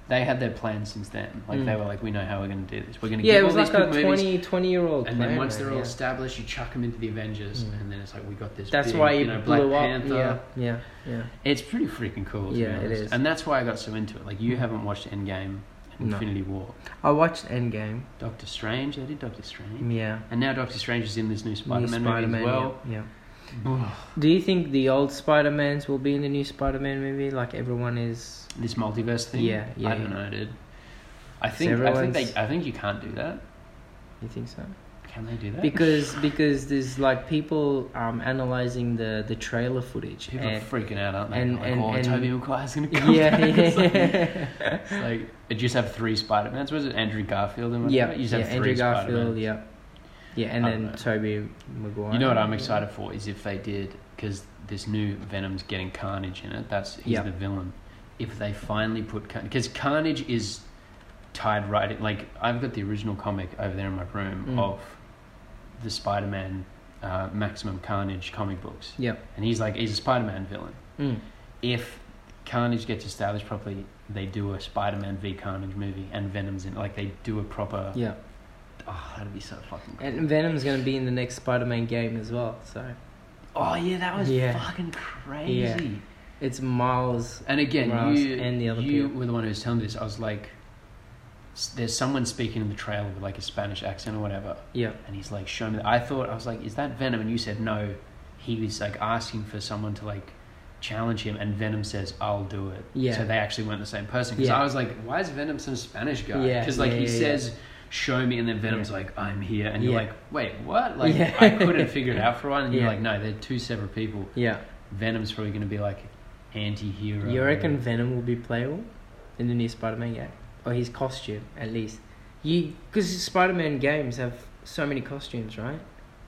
S1: They had their plan since then. Like they
S4: Mm.
S1: were like, we know how we're going to do this. We're going to
S4: Yeah,
S1: give
S4: it was
S1: all
S4: like
S1: these
S4: a
S1: good movies,
S4: 20, 20 year old.
S1: and then once they're all
S4: yeah.
S1: established, you chuck them into the Avengers,
S4: Mm.
S1: and then it's like we got this.
S4: that's
S1: big,
S4: why he
S1: you know, Black
S4: blew up.
S1: Panther.
S4: Yeah, yeah, yeah.
S1: It's pretty freaking cool. To
S4: Yeah,
S1: be
S4: it
S1: honest.
S4: is.
S1: And that's why I got so into it. Like you haven't watched Endgame, and
S4: No.
S1: Infinity War,
S4: I watched Endgame.
S1: Doctor Strange. They did Doctor Strange,
S4: Yeah,
S1: and now Doctor Strange is in this new
S4: Mm. New
S1: Spider-Man, movie as
S4: yeah,
S1: well.
S4: yeah. Do you think the old Spider Mans will be in the new Spider Man movie? Like everyone is.
S1: this multiverse thing.
S4: Yeah, yeah,
S1: I don't
S4: yeah.
S1: know, dude. I think I think
S4: everyone's-
S1: they, I think you can't do that.
S4: You think so?
S1: Can they do that?
S4: Because because there's like people um analyzing the the trailer footage.
S1: people
S4: and-
S1: are freaking out, aren't they?
S4: and-
S1: like,
S4: and-
S1: oh,
S4: and-
S1: Toby Maguire's gonna come.
S4: yeah,
S1: back.
S4: yeah,
S1: It's like,
S4: yeah.
S1: it's like you just have three Spider Mans. Was it Andrew Garfield and
S4: Yeah,
S1: whatever? You just
S4: yeah,
S1: have 3
S4: Andrew Garfield,
S1: Spider-Mans.
S4: yeah. Yeah, and
S1: I don't
S4: then
S1: know.
S4: Toby Maguire.
S1: You know what I'm excited for is if they did because this new Venom's getting Carnage in it. That's he's
S4: Yeah.
S1: the villain. If they finally put because Carnage is tied right in, like I've got the original comic over there in my room
S4: Mm.
S1: of the Spider-Man uh, Maximum Carnage comic books,
S4: Yeah.
S1: and he's like he's a Spider-Man villain.
S4: Mm.
S1: If Carnage gets established properly, they do a Spider-Man v Carnage movie, and Venom's in. Like they do a proper.
S4: Yeah.
S1: Oh, that'd be so fucking. Cool.
S4: And Venom's going to be in the next Spider Man game as well, so.
S1: oh yeah, that was
S4: Yeah.
S1: fucking crazy.
S4: It's Miles.
S1: And again,
S4: Morales
S1: you
S4: and the other
S1: you
S4: people.
S1: were the one who was telling me this. I was like, s- there's someone speaking in the trailer with like a Spanish accent or whatever,
S4: Yeah.
S1: and he's like, show me. I thought I was like, is that Venom? And you said no. He was like asking for someone to like challenge him, and Venom says, I'll do it.
S4: Yeah.
S1: So they actually weren't the same person. Because
S4: Yeah.
S1: I was like, why is Venom some Spanish guy?
S4: Yeah,
S1: Because like
S4: yeah,
S1: he
S4: yeah,
S1: says. Show me, and then Venom's like, "I'm here," and you're
S4: Yeah.
S1: like, "Wait, what?" Like,
S4: Yeah.
S1: I couldn't figure it out for one, and
S4: Yeah.
S1: you're like, "No, they're two separate people."
S4: Yeah.
S1: Venom's probably going to be like anti-hero.
S4: You reckon Venom will be playable in the new Spider Man game? Or his costume, at least. Because Spider Man games have so many costumes, right?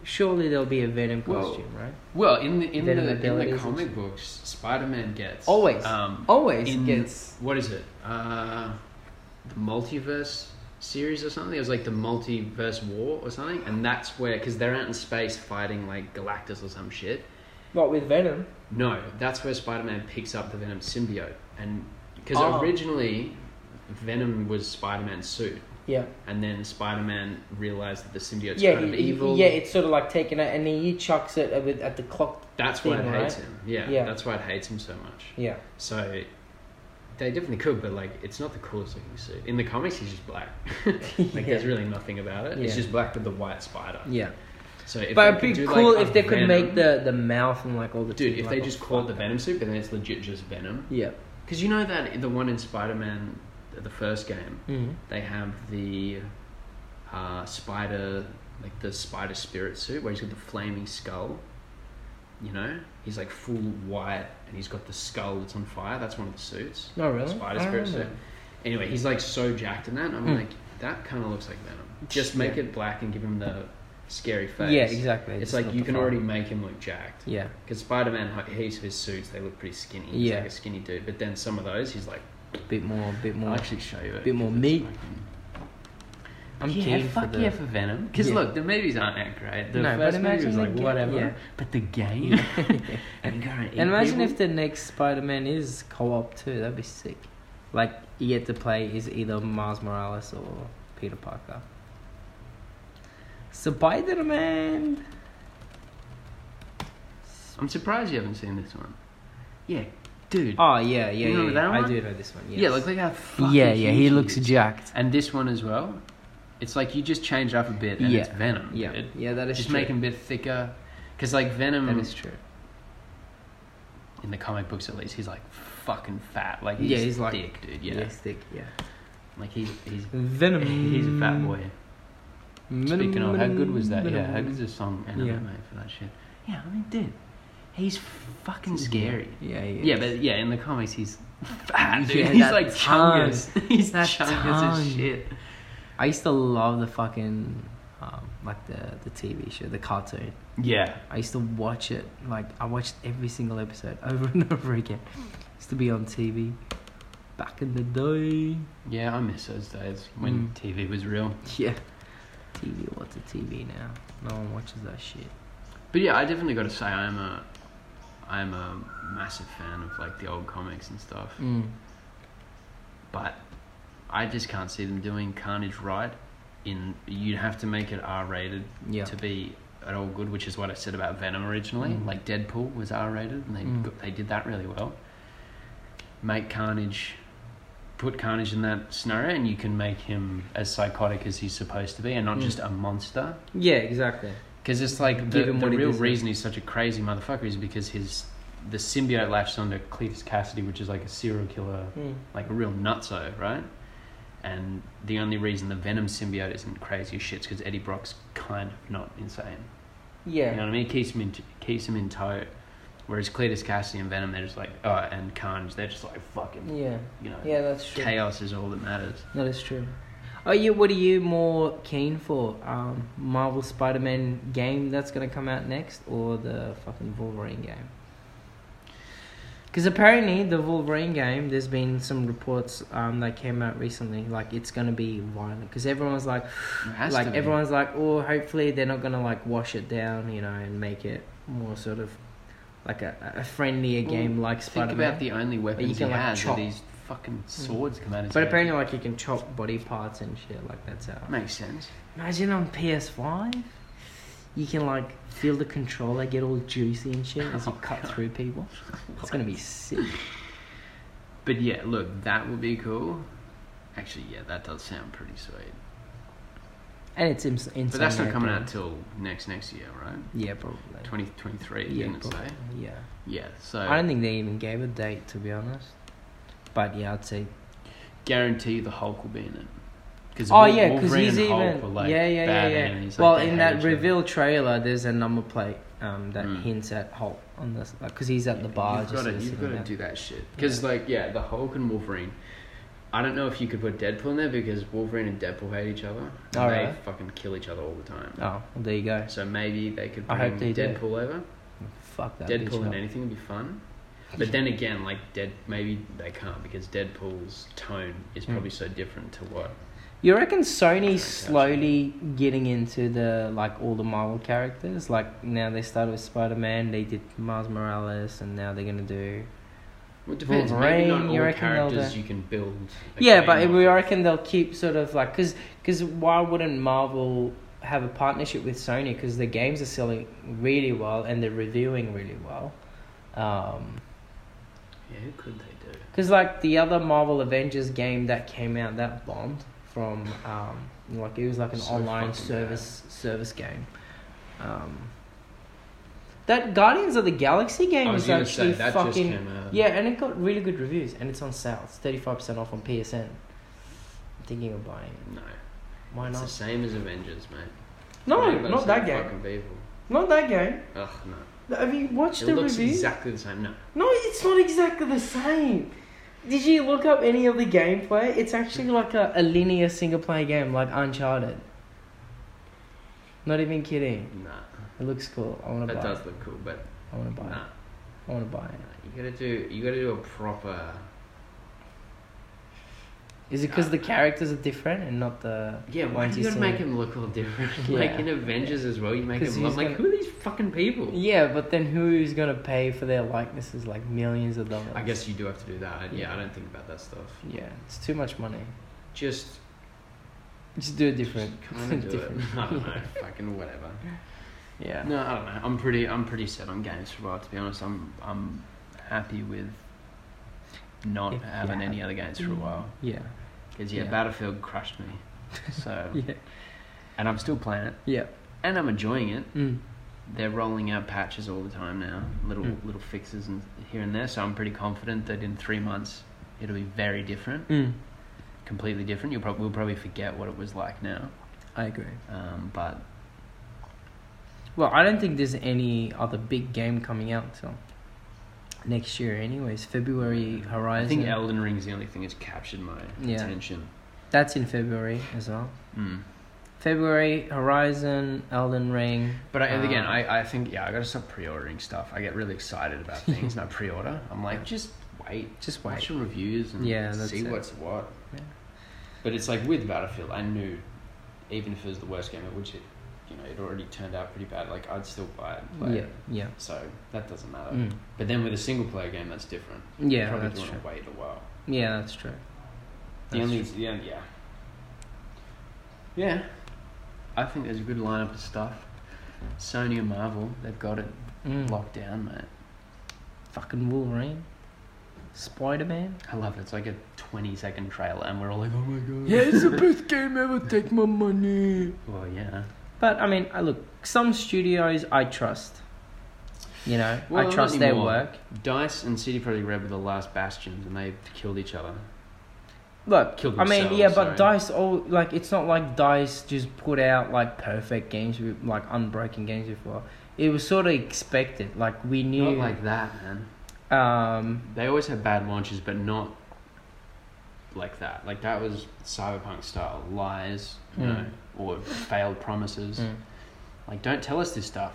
S4: Surely there'll be a Venom
S1: Well,
S4: costume, right?
S1: Well, in the in
S4: Venom
S1: the, in
S4: abilities
S1: the
S4: and
S1: comic books, Spider-Man gets
S4: Always.
S1: um,
S4: Always
S1: in-
S4: gets.
S1: what is it? Uh, the multiverse series or something. It was like the multiverse war or something, and that's where because they're out in space fighting like Galactus or some shit.
S4: What, with Venom?
S1: No, that's where Spider-Man picks up the Venom symbiote, and because
S4: Oh.
S1: originally Venom was Spider-Man's suit,
S4: Yeah.
S1: and then Spider-Man realized that the symbiote's
S4: yeah,
S1: kind of
S4: he- he-
S1: evil.
S4: yeah, it's sort of like taken out, and then he chucks it at, with- at the clock.
S1: that's why it
S4: thing,
S1: hates
S4: right?
S1: him. Yeah,
S4: Yeah.
S1: that's why it hates him so much.
S4: Yeah,
S1: So they definitely could, but like it's not the coolest looking suit. In the comics, he's just black. like there's
S4: Yeah.
S1: really nothing about it. It's
S4: Yeah.
S1: just black with the white spider.
S4: yeah.
S1: So if
S4: but
S1: they
S4: it'd be
S1: could do, like,
S4: cool
S1: a
S4: if they
S1: Venom-
S4: could make the the mouth and like all the
S1: dude.
S4: teeth,
S1: If
S4: like,
S1: they
S4: all
S1: just call it the
S4: fucked up.
S1: Venom suit, but then it's legit just Venom.
S4: Yeah.
S1: Because you know that the one in Spider Man, the first game,
S4: Mm-hmm.
S1: they have the uh, spider, like the spider spirit suit, where he's got the flaming skull. You know, he's like full white, and he's got the skull that's on fire. That's one of the suits.
S4: No, really. Oh.
S1: Spider
S4: I
S1: Spirit
S4: remember.
S1: suit. Anyway, he's like so jacked in that. I'm
S4: Mm.
S1: like, that kind of looks like Venom. Just make it black and give him the scary face.
S4: Yeah, exactly.
S1: It's
S4: Just
S1: like
S4: not
S1: you
S4: the
S1: can
S4: fire.
S1: already make him look jacked.
S4: Yeah.
S1: Because Spider Man, he's his suits, they look pretty skinny. He's
S4: Yeah.
S1: like a skinny dude. But then some of those, he's like,
S4: Bit more, bit
S1: I'll
S4: more.
S1: actually show you it.
S4: Bit more
S1: 'cause it's
S4: meat.
S1: fucking-
S4: I'm
S1: yeah,
S4: keen
S1: fuck
S4: for the.
S1: yeah for Venom. Because
S4: Yeah.
S1: look, the movies aren't that great. The
S4: No, but
S1: first movie
S4: imagine
S1: was
S4: the
S1: like
S4: ga-
S1: whatever.
S4: yeah.
S1: But the game. and
S4: and imagine if the next Spider-Man is co-op too. That'd be sick. Like you get to play is either Miles Morales or Peter Parker. Spider-Man.
S1: I'm surprised you haven't seen this one. Yeah, dude.
S4: Oh yeah, yeah,
S1: You
S4: yeah.
S1: remember
S4: yeah.
S1: that
S4: I
S1: one?
S4: do know this one. Yes.
S1: Yeah, like look how fucking
S4: yeah, yeah. He
S1: huge
S4: looks
S1: is.
S4: jacked.
S1: And this one as well. It's like you just change it up a bit and
S4: Yeah.
S1: it's Venom.
S4: Yeah.
S1: dude.
S4: Yeah, that is
S1: just
S4: true.
S1: make him a bit thicker, because like Venom
S4: That is true.
S1: in the comic books at least, he's like fucking fat. Like he's
S4: Yeah, he's like-
S1: thick, dude. Yeah,
S4: Yeah, he's thick. Yeah.
S1: like he's he's
S4: Venom.
S1: he's a fat boy. Speaking of, how good was that? Yeah, how
S4: Venom.
S1: good's the song anime
S4: Yeah.
S1: made for that shit? Yeah, I mean, dude, he's fucking scary.
S4: Yeah,
S1: Yeah, but yeah, in the comics he's fat, dude.
S4: Yeah,
S1: he's
S4: that
S1: like
S4: tongue.
S1: chungus. He's
S4: That
S1: chungus
S4: tongue.
S1: as shit.
S4: I used to love the fucking um, like the the TV show, the cartoon.
S1: Yeah,
S4: I used to watch it. Like I watched every single episode over and over again. Used to be on TV back in the day.
S1: yeah, I miss those days when
S4: Mm.
S1: TV was real.
S4: Yeah. TV, what's a TV now? No one watches that shit.
S1: But yeah, I definitely got to say I'm a I'm a massive fan of like the old comics and stuff.
S4: Mm.
S1: But I just can't see them doing Carnage right. In you'd have to make it R rated
S4: Yeah.
S1: to be at all good, which is what I said about Venom originally.
S4: Mm.
S1: Like Deadpool was R rated, and they
S4: Mm.
S1: got, they did that really well. Make Carnage, put Carnage in that scenario, and you can make him as psychotic as he's supposed to be, and not
S4: Mm.
S1: just a monster.
S4: Yeah, exactly.
S1: Because it's like the,
S4: Give him
S1: the
S4: what he
S1: real
S4: deserves.
S1: reason he's such a crazy motherfucker is because his the symbiote latched onto Cletus Cassidy, which is like a serial killer,
S4: Mm.
S1: like a real nutso, right? And the only reason the Venom symbiote isn't crazy as shit is because Eddie Brock's kind of not insane. You know
S4: Yeah.
S1: what I mean? It keeps him in keeps him in tow. Whereas Cletus Cassidy and Venom, they're just like, oh, and Carnage, they're just like fucking,
S4: Yeah.
S1: you know,
S4: Yeah, that's true.
S1: chaos is all that matters.
S4: That is true. Are you? What are you more keen for? Um, Marvel Spider-Man game that's gonna come out next, or the fucking Wolverine game? Because apparently the Wolverine game, there's been some reports um, that came out recently, like it's gonna be violent. Because everyone's like,
S1: It has
S4: like
S1: to be.
S4: everyone's like, oh, hopefully they're not gonna like wash it down, you know, and make it more sort of like a, a friendlier
S1: Well,
S4: game like
S1: Think
S4: Spider-Man.
S1: about the only weapons
S4: can,
S1: he
S4: like,
S1: has
S4: chop. Mm.
S1: are these fucking swords come out of his
S4: but
S1: head.
S4: apparently, like you can chop body parts and shit, like that's how.
S1: Makes sense.
S4: Imagine on PS5, you can like feel the controller get all juicy and shit
S1: Oh,
S4: as you cut through people. It's gonna be sick.
S1: But yeah, look, that would be cool. Actually, yeah, that does sound pretty sweet.
S4: And it's ins- insane.
S1: But that's not
S4: right
S1: coming
S4: there.
S1: out till next next year, right?
S4: Yeah, probably.
S1: 2023,
S4: yeah,
S1: didn't it say?
S4: probably, yeah.
S1: Yeah, so
S4: I don't think they even gave a date to be honest. But yeah, I'd say
S1: guarantee the Hulk will be in it. Cause
S4: Oh
S1: Wol-
S4: yeah, because
S1: Wolverine
S4: he's
S1: and Hulk
S4: even
S1: were, like,
S4: yeah yeah yeah
S1: bad
S4: yeah.
S1: enemies, like,
S4: well,
S1: they
S4: in
S1: hate
S4: that
S1: each other.
S4: reveal trailer, there's a number plate um, that
S1: Mm.
S4: hints at Hulk on this because he's at the bar.
S1: you've
S4: just
S1: got to
S4: sort of
S1: you've
S4: sitting
S1: got to do
S4: there.
S1: that shit. Because like yeah, the Hulk and Wolverine. I don't know if you could put Deadpool in there because Wolverine and Deadpool hate each other. And
S4: Alright.
S1: They fucking kill each other all the time.
S4: Oh, well, there you go.
S1: So maybe they could
S4: I
S1: bring
S4: hope they
S1: Deadpool
S4: do.
S1: over.
S4: Fuck that. bitch
S1: Deadpool
S4: up.
S1: and anything would be fun. But then again, like Dead, maybe they can't because Deadpool's tone is probably so different to what.
S4: You reckon Sony's slowly getting into the like all the Marvel characters? Like now they started with Spider Man, they did Miles Morales, and now they're gonna do.
S1: Well, it depends. maybe
S4: Wolverine,
S1: not
S4: you
S1: all
S4: reckon they'll
S1: characters
S4: do-
S1: you can build. a
S4: yeah,
S1: game
S4: but
S1: off
S4: we
S1: of.
S4: reckon they'll keep sort of like because because why wouldn't Marvel have a partnership with Sony? Because the games are selling really well and they're reviewing really well. Um,
S1: Yeah, who could they do?
S4: Because like the other Marvel Avengers game that came out that bombed from um like it was like an
S1: So
S4: online
S1: fucking
S4: service service game. Um, that Guardians of the Galaxy game
S1: I was
S4: is
S1: gonna say
S4: actually
S1: that
S4: fucking
S1: just came out.
S4: yeah, and it got really good reviews, and it's on sale. It's thirty five percent off on PSN. I'm thinking of buying it.
S1: No,
S4: Why
S1: it's the
S4: not?
S1: same as Avengers, mate.
S4: No,
S1: Everybody's
S4: not that
S1: like
S4: game.
S1: Fucking people.
S4: Not that game.
S1: Ugh, no.
S4: Have you watched
S1: It
S4: the
S1: looks
S4: review?
S1: exactly the same. No,
S4: No, it's not exactly the same. Did you look up any of the gameplay? It's actually like a, a linear single player game, like Uncharted. Not even kidding.
S1: nah,
S4: It looks cool. I want to
S1: that
S4: buy
S1: does
S4: it.
S1: look cool, but
S4: I want to buy
S1: nah.
S4: it. I want to buy it.
S1: You gotta do. You gotta do a proper.
S4: Is it because the characters are different and not the
S1: Yeah, why
S4: ones
S1: do you gotta
S4: see?
S1: make him look all different?
S4: Yeah.
S1: like in Avengers as well, you make
S4: 'Cause
S1: him look
S4: he's
S1: like
S4: gonna-
S1: who are these fucking people?
S4: Yeah, but then who's gonna pay for their likenesses like millions of dollars?
S1: I guess you do have to do that. Yeah,
S4: Yeah.
S1: I don't think about that stuff.
S4: Yeah, it's too much money.
S1: Just
S4: Just do it different.
S1: kind of do it.
S4: different.
S1: I don't know. Fucking whatever.
S4: Yeah.
S1: No, I don't know. I'm pretty. I'm pretty set on Games for Wild. To be honest, I'm. I'm happy with not
S4: If you
S1: having any
S4: have-
S1: other games for a while.
S4: Yeah.
S1: Because yeah,
S4: Yeah.
S1: Battlefield crushed me. So,
S4: Yeah.
S1: and I'm still playing it,
S4: Yeah.
S1: and I'm enjoying it.
S4: Mm.
S1: They're rolling out patches all the time now, little
S4: Mm.
S1: little fixes and here and there. So I'm pretty confident that in three months it'll be very different,
S4: Mm.
S1: completely different. You'll probably we'll probably forget what it was like now.
S4: I agree.
S1: Um, but
S4: Well, I don't think there's any other big game coming out till next year, anyways. February Horizon.
S1: I think Elden Ring's the only thing that's captured my
S4: Yeah.
S1: attention.
S4: That's in February as well.
S1: Mm.
S4: February Horizon, Elden Ring.
S1: But I, and again,
S4: Um,
S1: I, I think yeah, I gotta stop pre-ordering stuff. I get really excited about things and I pre-order. I'm like, just wait,
S4: Just
S1: watch
S4: wait.
S1: your reviews and
S4: Yeah, that's
S1: see
S4: it.
S1: what's what.
S4: Yeah.
S1: But it's like with Battlefield, I knew, even if it was the worst game, which it, you know, it already turned out pretty bad. Like I'd still buy it. and play
S4: Yeah,
S1: it.
S4: yeah,
S1: So that doesn't matter.
S4: Mm.
S1: But then with a single-player game, that's different.
S4: Yeah,
S1: you probably
S4: that's
S1: do want
S4: true.
S1: to wait a while.
S4: yeah. That's true.
S1: The
S4: That's
S1: only, the only, yeah, yeah. I think there's a good lineup of stuff. Sony and Marvel, they've got it
S4: Mm.
S1: locked down, mate.
S4: Fucking Wolverine, Spider Man.
S1: I love it. It's like a 20 second trailer, and we're all like, oh my god.
S4: it's the best game ever. Take my money.
S1: Well, yeah.
S4: But I mean, I look, some studios I trust. You know,
S1: Well,
S4: I
S1: not
S4: trust their
S1: anymore.
S4: work.
S1: Dice and City Project Red were the last bastions, and they killed each other.
S4: Look,
S1: Killed
S4: I mean,
S1: themselves,
S4: yeah, but
S1: sorry.
S4: Dice all like it's not like Dice just put out like perfect games, be- like unbroken games before. It was sort of expected. Like we knew,
S1: Not like that, man.
S4: um,
S1: They always have bad launches, but not like that. Like that was cyberpunk style lies, you
S4: Mm.
S1: know, or failed promises.
S4: Mm.
S1: Like, don't tell us this stuff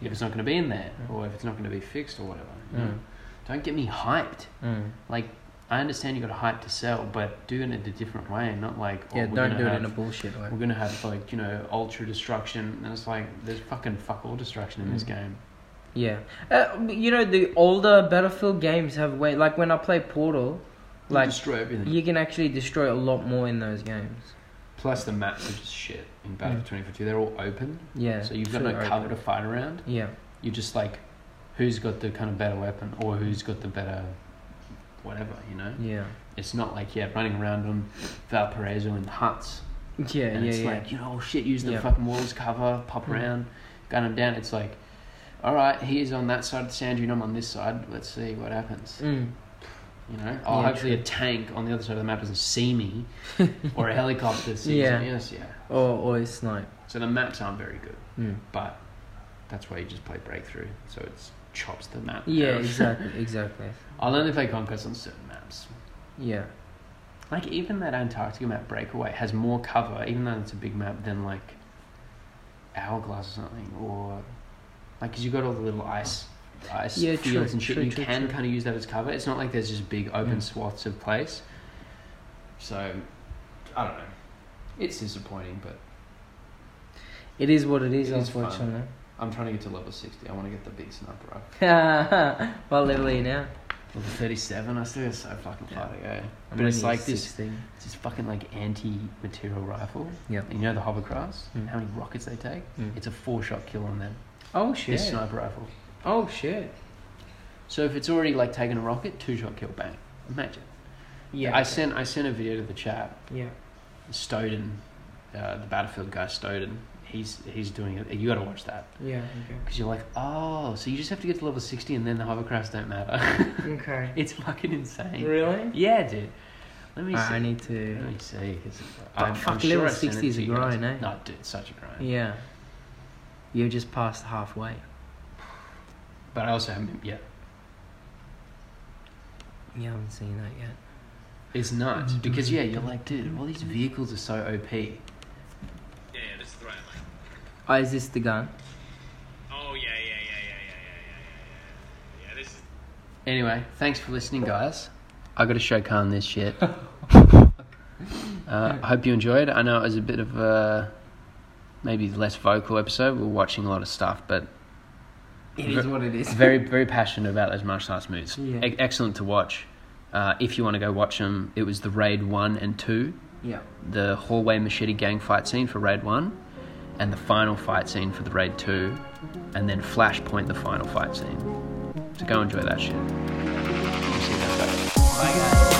S1: if it's not going to be in there, or if it's not going to be fixed, or whatever. you know?
S4: Mm.
S1: Don't get me hyped.
S4: mm,
S1: Like, I understand you got to hype to sell, but do it in a different way, not like oh,
S4: yeah,
S1: we're
S4: don't
S1: gonna
S4: do it in
S1: have-
S4: a bullshit way.
S1: we're gonna have like you know ultra destruction and it's like there's fucking fuck all destruction
S4: Mm.
S1: in this game
S4: Yeah, uh, you know the older Battlefield games have way like when I play Portal, like
S1: destroy everything
S4: you can actually destroy a lot more in those games.
S1: plus the maps are just shit in battlefield 2042 they're all open
S4: Mm. Yeah,
S1: so you've got
S4: true,
S1: no
S4: open.
S1: cover to fight around
S4: Yeah,
S1: you're just like who's got the kind of better weapon or who's got the better whatever you know
S4: yeah,
S1: it's not like yeah running around on valparaiso in huts
S4: yeah, yeah,
S1: and it's
S4: yeah.
S1: like you know oh shit use the
S4: Yeah. Mm.
S1: fucking walls cover pop around gun him down it's like all right he's on that side of the sand dune i'm on this side let's see what happens
S4: Mm.
S1: You know, oh,
S4: Yeah,
S1: hopefully a tank on the other side of the map doesn't see me, or a helicopter sees
S4: Yeah.
S1: me. Yes, yeah.
S4: Or or it's snipe.
S1: So the maps aren't very good,
S4: Mm.
S1: but that's why you just play breakthrough. So it chops the map.
S4: Yeah,
S1: down.
S4: exactly, exactly.
S1: I'll only play conquest on certain maps.
S4: Yeah.
S1: Like even that Antarctica map, Breakaway, has more cover, even though it's a big map, than like Hourglass or something, or like because you've got all the little ice. Ice
S4: Yeah,
S1: fields
S4: true,
S1: and shit.
S4: true,
S1: you
S4: true,
S1: can
S4: true.
S1: kind of use that as cover. It's not like there's just big open
S4: Mm.
S1: swaths of place. So, I don't know. It's disappointing, but
S4: It is what it is,
S1: It is fun.
S4: unfortunately.
S1: I'm trying to get to level sixty. I want to get the big sniper rifle.
S4: well, level are you now?
S1: Level thirty-seven. I still got so fucking far to go.
S4: I'm
S1: But it's
S4: only
S1: like this
S4: 16.
S1: It's this fucking like anti-material rifle.
S4: Yeah.
S1: And you know the hovercrafts?
S4: Mm.
S1: How many rockets they take?
S4: Mm.
S1: It's a four-shot kill on them.
S4: Oh
S1: This
S4: shit.
S1: sniper rifle.
S4: Oh shit.
S1: So if it's already like taken a rocket, two-shot kill, bang. Imagine.
S4: Yeah.
S1: I
S4: okay.
S1: sent I sent a video to the chat.
S4: Yeah.
S1: Stoden, uh, the battlefield guy Stoden. He's he's doing it. You got to watch that
S4: Yeah.
S1: because you're like, oh, so you just have to get to level sixty and then the hovercrafts don't matter.
S4: Okay. okay.
S1: it's fucking insane.
S4: Really?
S1: Yeah, dude. Let me see.
S4: I need to.
S1: Let me see. 'cause
S4: But
S1: I'm,
S4: fuck,
S1: I'm sure
S4: level
S1: I sent it
S4: 60 is
S1: to
S4: a
S1: you guys.
S4: grind, eh?
S1: No, dude, it's such a grind.
S4: Yeah. You're just past halfway.
S1: But I also haven't. Yeah,
S4: You haven't seen that yet.
S1: it's nuts because yeah, you're like, dude, all these vehicles are so OP.
S6: Yeah, yeah, this is the right line.
S4: Oh, is this the gun?
S6: Oh, yeah, yeah, yeah, yeah, yeah, yeah, yeah, yeah, yeah, yeah. Yeah, this is.
S1: Anyway, thanks for listening, guys. I got to show Khan this shit. Uh, I hope you enjoyed. I know it was a bit of a maybe less vocal episode. We We're watching a lot of stuff, but
S4: It is what it is.
S1: very very passionate about those martial arts moves.
S4: Yeah.
S1: E- excellent to watch. Uh, if you want to go watch them, it was the raid one and two.
S4: Yeah.
S1: the hallway machete gang fight scene for Raid 1, and the final fight scene for the Raid 2, and then Flashpoint the final fight scene. So go enjoy that shit. We'll see you next time.
S4: Bye guys.